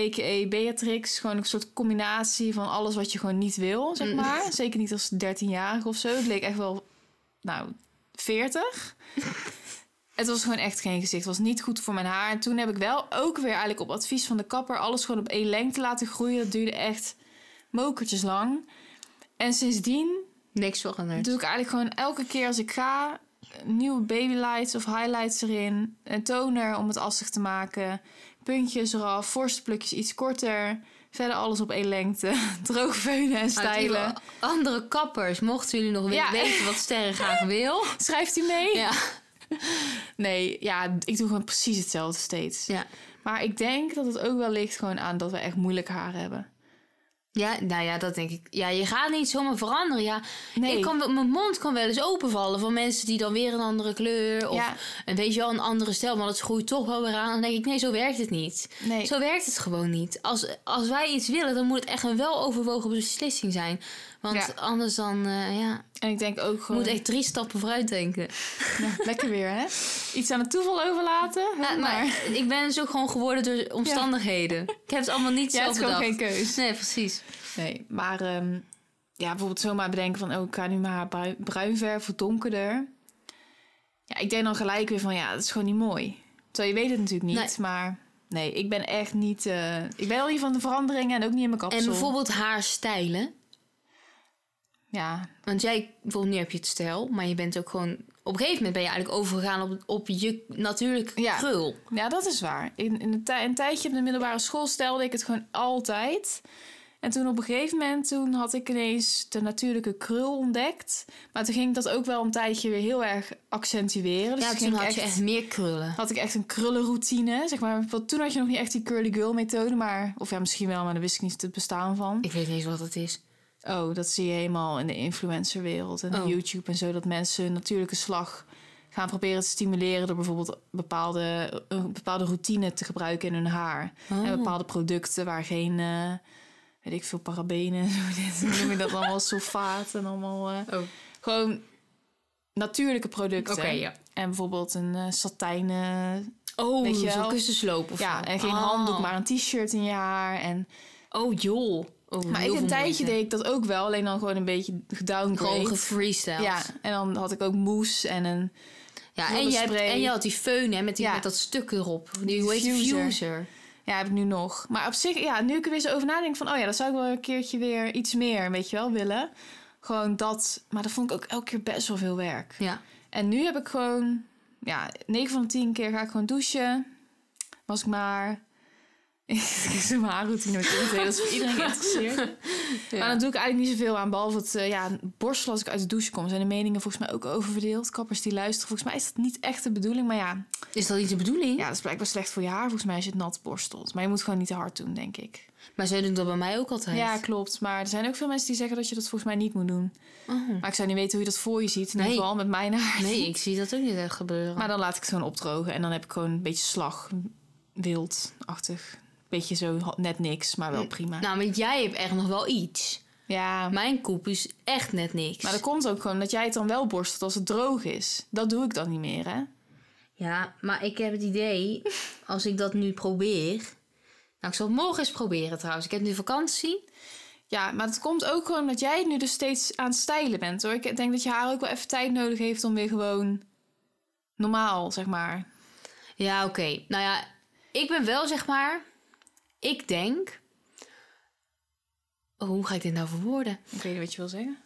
Speaker 1: a.k.a. Beatrix. Gewoon een soort combinatie van alles wat je gewoon niet wil, zeg
Speaker 2: Mm.
Speaker 1: maar. Zeker niet als 13-jarige of zo. Het leek echt wel, nou, 40. Het was gewoon echt geen gezicht. Het was niet goed voor mijn haar. En toen heb ik wel ook weer eigenlijk op advies van de kapper... alles gewoon op één lengte laten groeien. Dat duurde echt mokertjes lang. En sindsdien
Speaker 2: Niks veranderd.
Speaker 1: doe ik eigenlijk gewoon elke keer als ik ga... nieuwe babylights of highlights erin. Een toner om het assig te maken. Puntjes eraf, voorste plukjes iets korter. Verder alles op één lengte. Droog veunen en
Speaker 2: Uit
Speaker 1: stijlen.
Speaker 2: iedere Andere kappers, mochten jullie nog
Speaker 1: Ja.
Speaker 2: weten wat Sterren graag wil.
Speaker 1: Schrijft u mee?
Speaker 2: Ja.
Speaker 1: Nee, ja, ik doe gewoon precies hetzelfde steeds.
Speaker 2: ja.
Speaker 1: Maar ik denk dat het ook wel ligt gewoon aan dat we echt moeilijk haar hebben.
Speaker 2: Ja, nou ja, dat denk ik. Ja, je gaat niet zomaar veranderen. Ja,
Speaker 1: Nee.
Speaker 2: ik kan, wel- mijn mond kan wel eens openvallen van mensen die dan weer een andere kleur of
Speaker 1: Ja.
Speaker 2: een, weet je wel, een andere stijl, maar dat groeit toch wel weer aan. Dan denk ik, nee, zo werkt het niet.
Speaker 1: Nee.
Speaker 2: Zo werkt het gewoon niet. Als, als wij iets willen, dan moet het echt een weloverwogen beslissing zijn. Want
Speaker 1: Ja.
Speaker 2: anders dan, eh, ja,
Speaker 1: En ik denk ook
Speaker 2: je
Speaker 1: gewoon...
Speaker 2: moet echt drie stappen vooruit denken.
Speaker 1: Ja, lekker weer, hè? Iets aan het toeval overlaten.
Speaker 2: Ja,
Speaker 1: Ja,
Speaker 2: maar
Speaker 1: maar...
Speaker 2: ik ben dus ook gewoon geworden door omstandigheden. Ik heb het allemaal niet
Speaker 1: Ja, het is
Speaker 2: zelf
Speaker 1: gewoon
Speaker 2: bedacht.
Speaker 1: geen keus.
Speaker 2: Nee, precies.
Speaker 1: Nee, maar ehm, ja, bijvoorbeeld zomaar bedenken van... oh, ik ga nu mijn haar brui- bruin verven of donkerder. Ja, ik denk dan gelijk weer van... ja, dat is gewoon niet mooi. Terwijl je weet het natuurlijk niet,
Speaker 2: Nee.
Speaker 1: maar... Nee, ik ben echt niet... eh, ik ben wel niet van de veranderingen en ook niet in mijn kapsel.
Speaker 2: En bijvoorbeeld haarstijlen.
Speaker 1: Ja,
Speaker 2: Want jij, bijvoorbeeld nu heb je het stijl, maar je bent ook gewoon... Op een gegeven moment ben je eigenlijk overgegaan op, op je natuurlijke
Speaker 1: Ja. Oh,
Speaker 2: krul.
Speaker 1: Ja, dat is waar. In, in een, tij- een tijdje op de middelbare school stelde ik het gewoon altijd. En toen op een gegeven moment toen had ik ineens de natuurlijke krul ontdekt. Maar toen ging ik dat ook wel een tijdje weer heel erg accentueren. Dus
Speaker 2: ja,
Speaker 1: toen
Speaker 2: toen
Speaker 1: ging
Speaker 2: had
Speaker 1: ik
Speaker 2: je
Speaker 1: echt,
Speaker 2: echt meer krullen.
Speaker 1: had ik echt een krullenroutine. Zeg maar. Want toen had je nog niet echt die curly girl methode. Maar, of ja, misschien wel, maar daar wist ik niet het bestaan van.
Speaker 2: Ik weet niet eens wat dat is.
Speaker 1: Oh, dat zie je helemaal in de influencerwereld en
Speaker 2: Oh.
Speaker 1: YouTube en zo. Dat mensen hun natuurlijke slag gaan proberen te stimuleren... door bijvoorbeeld bepaalde, een bepaalde routine te gebruiken in hun haar.
Speaker 2: Oh.
Speaker 1: En bepaalde producten waar geen, eh, weet ik veel, parabenen en zo. Dit, noem je dat allemaal, sulfaat en allemaal... eh,
Speaker 2: Oh.
Speaker 1: gewoon natuurlijke producten.
Speaker 2: Oké, ja.
Speaker 1: En bijvoorbeeld een eh, satijnen...
Speaker 2: Oh,
Speaker 1: Weet je
Speaker 2: zo'n
Speaker 1: wel?
Speaker 2: kussensloop of
Speaker 1: Ja,
Speaker 2: zo.
Speaker 1: en geen
Speaker 2: Oh.
Speaker 1: handdoek, maar een t-shirt in je haar. En,
Speaker 2: Oh, joh. Oh,
Speaker 1: maar
Speaker 2: heel
Speaker 1: ik een
Speaker 2: veel
Speaker 1: tijdje
Speaker 2: moeite.
Speaker 1: deed ik dat ook wel. Alleen dan gewoon een beetje gedowngrade.
Speaker 2: Gewoon gefreestyled.
Speaker 1: Ja,
Speaker 2: Ja,
Speaker 1: en dan had ik ook moes en een...
Speaker 2: en, je hebt,
Speaker 1: Krullenspray.
Speaker 2: en je had die feun hè, met, die,
Speaker 1: Ja.
Speaker 2: met dat stuk erop. Die hoe heet die
Speaker 1: diffuser.
Speaker 2: diffuser.
Speaker 1: Ja, heb ik nu nog. Maar op zich, ja, nu ik er weer zo over nadenk van... Oh ja, dat zou ik wel een keertje weer iets meer, weet je wel, willen. Gewoon dat. Maar dat vond ik ook elke keer best wel veel werk.
Speaker 2: Ja.
Speaker 1: En nu heb ik gewoon... Ja, 9 van de 10 keer ga ik gewoon douchen. Was ik maar. ik doe mijn haarroutine met in dat is voor iedereen geïnteresseerd.
Speaker 2: Ja.
Speaker 1: Maar dan doe ik eigenlijk niet zoveel aan. Behalve het eh, ja, borstelen als ik uit de douche kom. Zijn de meningen volgens mij ook oververdeeld. Kappers die luisteren. Volgens mij is dat niet echt de bedoeling. Maar ja,
Speaker 2: Is dat niet de bedoeling?
Speaker 1: ja dat is blijkbaar slecht voor je haar. Volgens mij als je het nat borstelt. Maar je moet gewoon niet te hard doen, denk ik.
Speaker 2: Maar zij doen dat bij mij ook altijd.
Speaker 1: Ja, klopt. Maar er zijn ook veel mensen die zeggen dat je dat volgens mij niet moet doen.
Speaker 2: Oh.
Speaker 1: Maar ik zou niet weten hoe je dat voor je ziet. In ieder
Speaker 2: Nee.
Speaker 1: geval met mijn haar.
Speaker 2: Nee, ik zie dat ook niet echt gebeuren.
Speaker 1: Maar dan laat ik het gewoon opdrogen. En dan heb ik gewoon een beetje slag. Wildachtig. Beetje zo ha- net niks, maar wel prima.
Speaker 2: Nou, maar jij hebt echt nog wel iets.
Speaker 1: ja,
Speaker 2: Mijn koep is echt net niks.
Speaker 1: maar dat komt ook gewoon dat jij het dan wel borstelt als het droog is. Dat doe ik dan niet meer, hè?
Speaker 2: Ja, maar ik heb het idee, als ik dat nu probeer... Nou, ik zal het morgen eens proberen trouwens. Ik heb nu vakantie.
Speaker 1: Ja, maar dat komt ook gewoon omdat jij nu dus steeds aan het stijlen bent, hoor. Ik denk dat je haar ook wel even tijd nodig heeft om weer gewoon normaal, zeg maar.
Speaker 2: Ja, oké. Nou ja, ik ben wel zeg maar... Ik denk... Oh, hoe ga ik dit nou verwoorden?
Speaker 1: Ik weet niet wat je wil zeggen.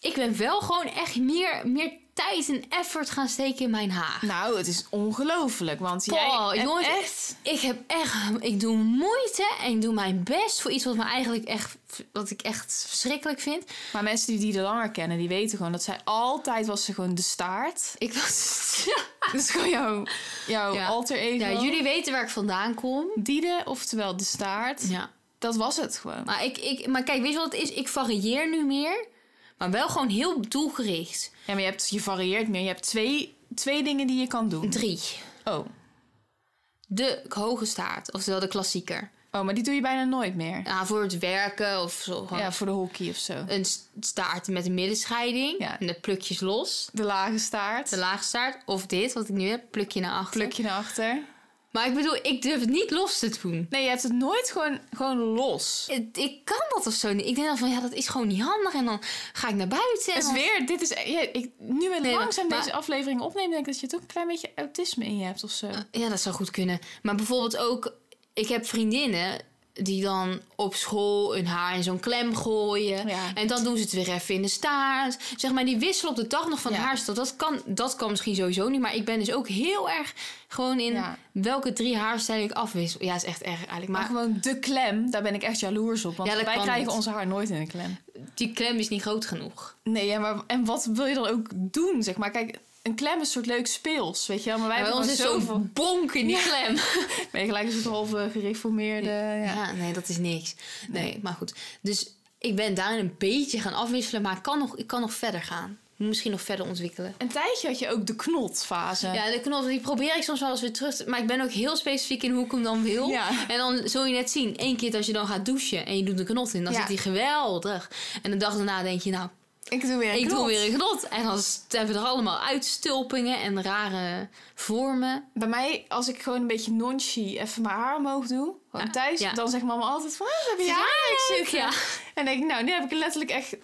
Speaker 2: Ik ben wel gewoon echt meer, meer tijd en effort gaan steken in mijn haar.
Speaker 1: Nou, het is ongelooflijk, want
Speaker 2: Paul,
Speaker 1: jij... hebt
Speaker 2: jongens,
Speaker 1: echt...
Speaker 2: Ik heb echt, ik doe moeite en ik doe mijn best voor iets wat me eigenlijk echt, wat ik echt verschrikkelijk vind.
Speaker 1: Maar mensen die die er langer kennen, die weten gewoon dat zij altijd was ze gewoon de staart.
Speaker 2: Ik was,
Speaker 1: Dat is gewoon jouw, jouw
Speaker 2: Ja.
Speaker 1: alter ego.
Speaker 2: ja, jullie weten waar ik vandaan kom.
Speaker 1: Diede, oftewel de staart.
Speaker 2: Ja.
Speaker 1: Dat was het gewoon.
Speaker 2: Maar, ik, ik, maar kijk, weet je wat het is? Ik varieer nu meer, maar wel gewoon heel doelgericht.
Speaker 1: Ja, maar je, hebt, je varieert meer. Je hebt twee, twee dingen die je kan doen.
Speaker 2: Drie.
Speaker 1: Oh.
Speaker 2: De hoge staart, oftewel de klassieker.
Speaker 1: oh, maar die doe je bijna nooit meer.
Speaker 2: Ja, voor het werken of zo. gewoon
Speaker 1: Ja, voor de hockey of zo.
Speaker 2: Een s- staart met een middenscheiding
Speaker 1: Ja.
Speaker 2: en de plukjes los.
Speaker 1: De lage staart.
Speaker 2: De laagste staart, of dit, wat ik nu heb, plukje naar achter.
Speaker 1: Pluk je naar achter.
Speaker 2: Maar ik bedoel, ik durf het niet los te doen.
Speaker 1: Nee, je hebt het nooit gewoon, gewoon los.
Speaker 2: Het- ik kan dat of zo niet. Ik denk dan van, ja, dat is gewoon niet handig. En dan ga ik naar buiten.
Speaker 1: Het
Speaker 2: en
Speaker 1: is
Speaker 2: dan-
Speaker 1: weer, dit is, ja, ik, nu we
Speaker 2: Nee, maar-
Speaker 1: langzaam
Speaker 2: maar-
Speaker 1: deze aflevering opnemen, denk ik dat je toch een klein beetje autisme in je hebt of zo.
Speaker 2: Ja, dat zou goed kunnen. Maar bijvoorbeeld ook, ik heb vriendinnen die dan op school hun haar in zo'n klem gooien.
Speaker 1: Ja.
Speaker 2: En dan doen ze het weer even in de staart. Zeg maar, die wisselen op de dag nog van
Speaker 1: Ja.
Speaker 2: haarstijl. Dat kan, dat kan misschien sowieso niet. Maar ik ben dus ook heel erg gewoon in
Speaker 1: Ja.
Speaker 2: welke drie haarstijlen ik afwissel. Ja, is echt erg eigenlijk.
Speaker 1: Maar
Speaker 2: Maar
Speaker 1: gewoon de klem, daar ben ik echt jaloers op. Want
Speaker 2: Ja, dat
Speaker 1: wij
Speaker 2: kan
Speaker 1: krijgen
Speaker 2: niet.
Speaker 1: onze haar nooit in de klem.
Speaker 2: die klem is niet groot genoeg.
Speaker 1: Nee, ja, maar, en wat wil je dan ook doen, zeg maar? Kijk, een klem is een soort leuk speels, weet je wel. Maar wij
Speaker 2: Bij
Speaker 1: hebben
Speaker 2: ons is
Speaker 1: gewoon zoveel...
Speaker 2: zo'n bonk in die klem.
Speaker 1: Ben je gelijk een soort halve gereformeerde... Ja.
Speaker 2: Ja, nee, dat is niks. Nee, maar goed. Dus ik ben daarin een beetje gaan afwisselen, maar ik kan nog, ik kan nog verder gaan. Misschien nog verder ontwikkelen.
Speaker 1: Een tijdje had je ook de knotfase.
Speaker 2: Ja, de knop die probeer ik soms wel eens weer terug. te- Maar ik ben ook heel specifiek in hoe ik hem dan wil.
Speaker 1: Ja.
Speaker 2: En dan zul je net zien, één keer als je dan gaat douchen en je doet de knot in, dan
Speaker 1: Ja.
Speaker 2: zit die geweldig. En de dag daarna denk je, nou,
Speaker 1: Ik doe weer een
Speaker 2: ik doe
Speaker 1: knot.
Speaker 2: weer een knot. En dan st- hebben we er allemaal uitstulpingen en rare vormen.
Speaker 1: Bij mij, als ik gewoon een beetje nonchie even mijn haar omhoog doe, gewoon
Speaker 2: Ja,
Speaker 1: thuis,
Speaker 2: ja.
Speaker 1: dan zegt mama altijd van, ah, heb je haar
Speaker 2: Leuk, ja.
Speaker 1: En dan denk ik, nou, nu heb ik letterlijk echt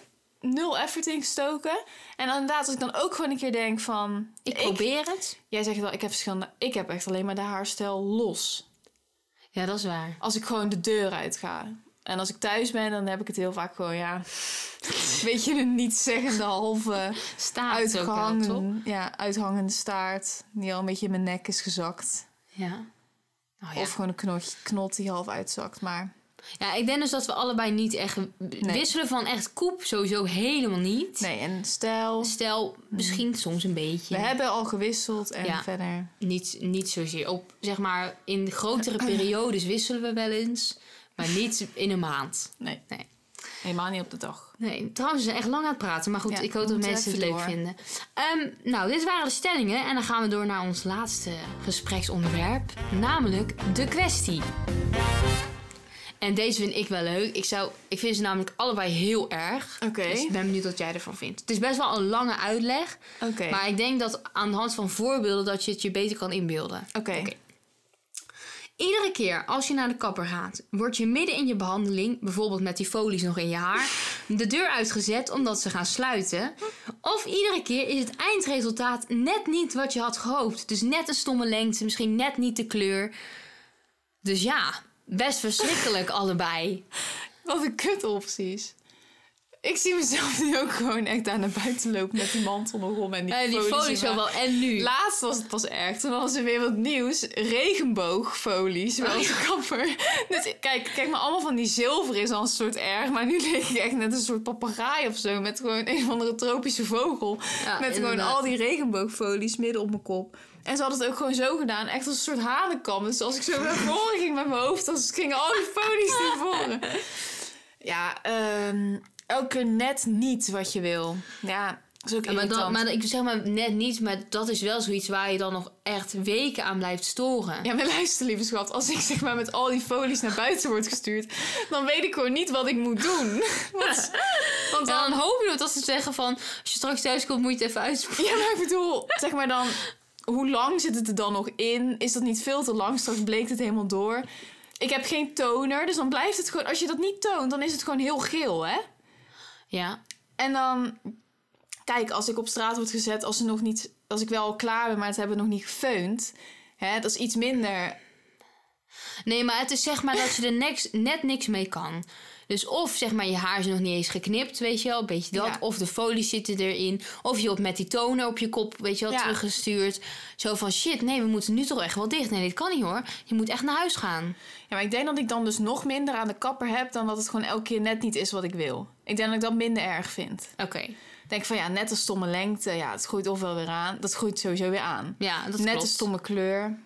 Speaker 1: nul effort in gestoken. En dan inderdaad, als ik dan ook gewoon een keer denk van...
Speaker 2: Ik probeer het.
Speaker 1: Jij zegt wel, ik heb verschillende... Ik heb echt alleen maar de haarstijl los.
Speaker 2: Ja, dat is waar.
Speaker 1: Als ik gewoon de deur uit ga. En als ik thuis ben, dan heb ik het heel vaak gewoon, ja... Weet je, een niet-zeggende halve
Speaker 2: Staat ook wel, toch?
Speaker 1: uitgehangen, ja, uithangende staart. Die al een beetje in mijn nek is gezakt.
Speaker 2: Ja. Oh, ja.
Speaker 1: Of gewoon een knot, knot die half uitzakt. Maar
Speaker 2: Ja, ik denk dus dat we allebei niet echt wisselen van echt koep sowieso helemaal niet.
Speaker 1: nee, en stijl.
Speaker 2: Stel, misschien soms een beetje.
Speaker 1: We hebben al gewisseld en
Speaker 2: Ja.
Speaker 1: verder.
Speaker 2: Niet, niet zozeer op, zeg maar, in grotere periodes wisselen we wel eens. Maar niet in een maand.
Speaker 1: Nee.
Speaker 2: Nee.
Speaker 1: Helemaal niet op de dag.
Speaker 2: Nee, trouwens, we zijn echt lang aan het praten. Maar goed,
Speaker 1: Ja,
Speaker 2: ik
Speaker 1: we
Speaker 2: hoop dat
Speaker 1: moeten
Speaker 2: mensen het
Speaker 1: even
Speaker 2: leuk
Speaker 1: door.
Speaker 2: vinden. Ehm, nou, dit waren de stellingen. En dan gaan we door naar ons laatste gespreksonderwerp. Namelijk de kwestie. En deze vind ik wel leuk. Ik, zou, ik vind ze namelijk allebei heel erg.
Speaker 1: Oké.
Speaker 2: Dus ik ben benieuwd wat jij ervan vindt. Het is best wel een lange uitleg.
Speaker 1: Oké.
Speaker 2: Maar ik denk dat aan de hand van voorbeelden dat je het je beter kan inbeelden.
Speaker 1: Oké.
Speaker 2: Oké. Iedere keer als je naar de kapper gaat, word je midden in je behandeling, bijvoorbeeld met die folies nog in je haar, de deur uitgezet omdat ze gaan sluiten. Of iedere keer is het eindresultaat net niet wat je had gehoopt. Dus net een stomme lengte, misschien net niet de kleur. Dus ja, best verschrikkelijk allebei.
Speaker 1: Wat een kut opties. Ik zie mezelf nu ook gewoon echt aan de buiten lopen met die mantel nog om en die,
Speaker 2: Eh, die
Speaker 1: folies
Speaker 2: folie
Speaker 1: in
Speaker 2: zo
Speaker 1: mijn-
Speaker 2: wel. En nu?
Speaker 1: Laatst was het pas erg. Toen was er weer wat nieuws. Regenboogfolies bij
Speaker 2: Oh,
Speaker 1: onze kapper. Dus kijk, kijk maar, allemaal van die zilver is al een soort erg. Maar nu leek ik echt net een soort papegaai of zo. Met gewoon een van de tropische vogel.
Speaker 2: Ja,
Speaker 1: met gewoon
Speaker 2: inderdaad.
Speaker 1: al die regenboogfolies midden op mijn kop. En ze had het ook gewoon zo gedaan. Echt als een soort hanenkam. Dus als ik zo naar voren ging met mijn hoofd. Dan gingen al die folies naar voren. Ja, ehm, elke net niet wat je wil. Ja, dat is ook
Speaker 2: Ja, maar,
Speaker 1: irritant.
Speaker 2: dan, maar ik zeg maar net niet, maar dat is wel zoiets waar je dan nog echt weken aan blijft storen.
Speaker 1: Ja, maar luister, lieve schat. Als ik zeg maar met al die folies naar buiten word gestuurd, dan weet ik gewoon niet wat ik moet doen. Want, want
Speaker 2: Ja,
Speaker 1: dan...
Speaker 2: dan hoop je nog dat ze zeggen van, als je straks thuis komt, moet je het even uitspreken.
Speaker 1: Ja, maar ik bedoel, zeg maar dan, hoe lang zit het er dan nog in? Is dat niet veel te lang? Straks bleekt het helemaal door. Ik heb geen toner, dus dan blijft het gewoon... Als je dat niet toont, dan is het gewoon heel geel, hè?
Speaker 2: Ja.
Speaker 1: En dan, kijk, als ik op straat word gezet, als, ze nog niet, als ik wel al klaar ben, maar het hebben nog niet gefeund... Hè, dat is iets minder.
Speaker 2: Nee, maar het is zeg maar dat je er niks, net niks mee kan. Dus of zeg maar je haar is nog niet eens geknipt, weet je wel, een beetje dat.
Speaker 1: Ja.
Speaker 2: Of de folies zitten erin. Of je wordt met die toner op je kop, weet je wel,
Speaker 1: Ja.
Speaker 2: teruggestuurd. Zo van, shit, nee, we moeten nu toch echt wel dicht. Nee, dit kan niet hoor. Je moet echt naar huis gaan.
Speaker 1: Ja, maar ik denk dat ik dan dus nog minder aan de kapper heb dan dat het gewoon elke keer net niet is wat ik wil. Ik denk dat ik dat minder erg vind.
Speaker 2: Oké,
Speaker 1: Ik denk van ja, net een stomme lengte, ja, het groeit ofwel weer aan. Dat groeit sowieso weer aan.
Speaker 2: ja, dat
Speaker 1: net
Speaker 2: klopt.
Speaker 1: een stomme kleur.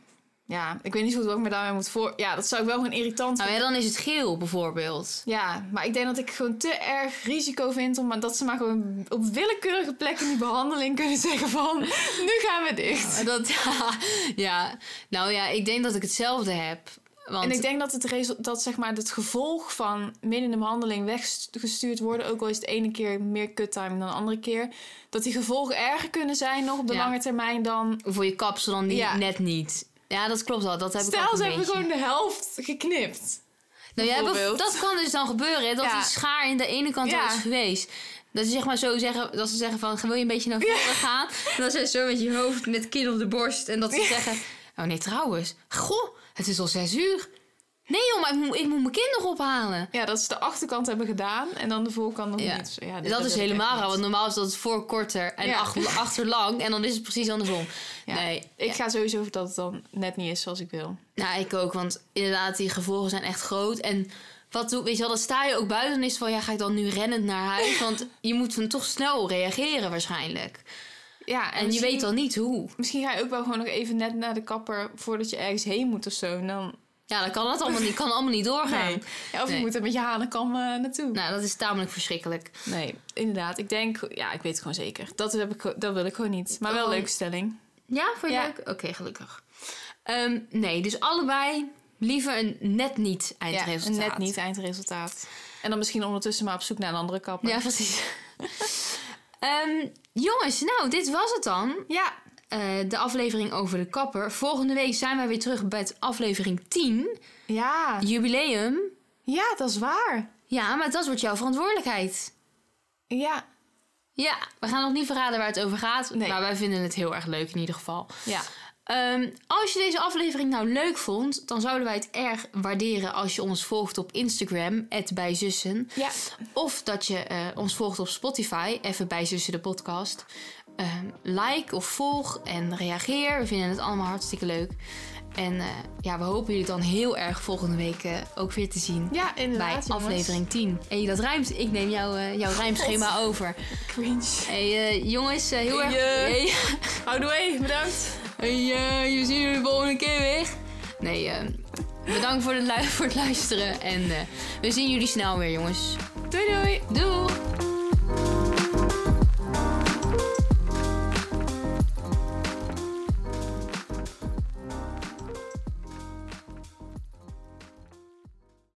Speaker 1: Ja, ik weet niet zo goed wat ik me daarmee moet voor. Ja, dat zou ik wel gewoon irritant
Speaker 2: Nou
Speaker 1: vinden.
Speaker 2: ja, dan is het geel bijvoorbeeld.
Speaker 1: Ja, maar ik denk dat ik gewoon te erg risico vind om dat ze maar gewoon op willekeurige plekken in die behandeling kunnen zeggen van nu gaan we dicht.
Speaker 2: Dat, ja, nou ja, ik denk dat ik hetzelfde heb. Want
Speaker 1: En ik denk dat het, resul- dat, zeg maar, het gevolg van midden in de behandeling weggestuurd worden, ook al is het ene keer meer cuttime dan de andere keer, dat die gevolgen erger kunnen zijn nog op de
Speaker 2: Ja.
Speaker 1: lange termijn dan.
Speaker 2: voor je kapsel dan niet,
Speaker 1: Ja.
Speaker 2: net niet. Ja, dat klopt wel. Dat heb ik ook
Speaker 1: Stel,
Speaker 2: een
Speaker 1: ze hebben
Speaker 2: beetje.
Speaker 1: gewoon de helft geknipt.
Speaker 2: nou, jij hebt,
Speaker 1: bijvoorbeeld.
Speaker 2: dat kan dus dan gebeuren, hè, dat
Speaker 1: Ja.
Speaker 2: die schaar in de ene kant al
Speaker 1: Ja.
Speaker 2: is geweest. Dat ze zeg maar zo zeggen, dat ze zeggen van, wil je een beetje naar voren gaan? En dan zijn ze zo met je hoofd, met kin op de borst. En dat ze zeggen, oh nee, trouwens, goh, het is al zes uur. Nee joh, maar ik moet, ik moet mijn kind nog ophalen.
Speaker 1: Ja, dat ze de achterkant hebben gedaan en dan de voorkant nog
Speaker 2: Ja.
Speaker 1: niet. Dus Ja, dit- wil ik
Speaker 2: dat is
Speaker 1: echt
Speaker 2: helemaal
Speaker 1: niet.
Speaker 2: raar, want normaal is dat voor korter en
Speaker 1: Ja.
Speaker 2: ach- achter lang. En dan is het precies andersom.
Speaker 1: Ja.
Speaker 2: Nee,
Speaker 1: Ik ga sowieso over dat het dan net niet is zoals ik wil.
Speaker 2: nou, ik ook, want inderdaad, die gevolgen zijn echt groot. En wat doe, weet je wel, dan sta je ook buiten en is het van, ja, ga ik dan nu rennend naar huis? Want je moet dan toch snel reageren waarschijnlijk.
Speaker 1: Ja,
Speaker 2: En je
Speaker 1: misschien-
Speaker 2: weet dan niet hoe.
Speaker 1: Misschien ga je ook wel gewoon nog even net naar de kapper voordat je ergens heen moet of zo. En dan,
Speaker 2: Ja, dan kan dat allemaal niet, kan allemaal niet doorgaan.
Speaker 1: Nee. Ja, of
Speaker 2: Nee.
Speaker 1: je moet er met je hanenkam eh, naartoe.
Speaker 2: Nou, dat is tamelijk verschrikkelijk.
Speaker 1: Nee, inderdaad. Ik denk, ja, ik weet het gewoon zeker. Dat, heb ik, dat wil ik gewoon niet. Maar wel
Speaker 2: Oh.
Speaker 1: een leuke stelling.
Speaker 2: Ja, vond je
Speaker 1: Ja.
Speaker 2: leuk? Oké, gelukkig. Ehm, nee, dus allebei liever een net niet eindresultaat.
Speaker 1: net niet eindresultaat. En dan misschien ondertussen maar op zoek naar een andere kapper.
Speaker 2: Ja, precies. Ehm, jongens, nou, dit was het dan.
Speaker 1: ja.
Speaker 2: Eh, de aflevering over de kapper. Volgende week zijn wij weer terug bij het aflevering 10.
Speaker 1: Ja.
Speaker 2: Jubileum.
Speaker 1: Ja, dat is waar.
Speaker 2: Ja, maar dat wordt jouw verantwoordelijkheid.
Speaker 1: Ja.
Speaker 2: Ja, we gaan nog niet verraden waar het over gaat.
Speaker 1: Nee.
Speaker 2: Maar wij vinden het heel erg leuk in ieder geval.
Speaker 1: Ja.
Speaker 2: Ehm, als je deze aflevering nou leuk vond, dan zouden wij het erg waarderen als je ons volgt op Instagram, bijzussen.
Speaker 1: Ja.
Speaker 2: Of dat je eh, ons volgt op Spotify, even bij Zussen de Podcast. Ehm, like of volg en reageer. We vinden het allemaal hartstikke leuk. En eh, ja, we hopen jullie dan heel erg volgende week eh, ook weer te zien.
Speaker 1: Ja,
Speaker 2: bij
Speaker 1: inderdaad. jongens.
Speaker 2: aflevering 10. Hé, dat rijmt. Ik neem jouw eh, jouw rijmschema over.
Speaker 1: Cringe.
Speaker 2: Hé, eh, jongens, eh, heel erg...
Speaker 1: Hey,
Speaker 2: Hey.
Speaker 1: Houdoe, bedankt.
Speaker 2: Hey, eh, je zien jullie de volgende keer weer. Nee, eh, bedankt voor, de lu- voor het luisteren. En eh, we zien jullie snel weer, jongens.
Speaker 1: Doei, doei.
Speaker 2: Doei!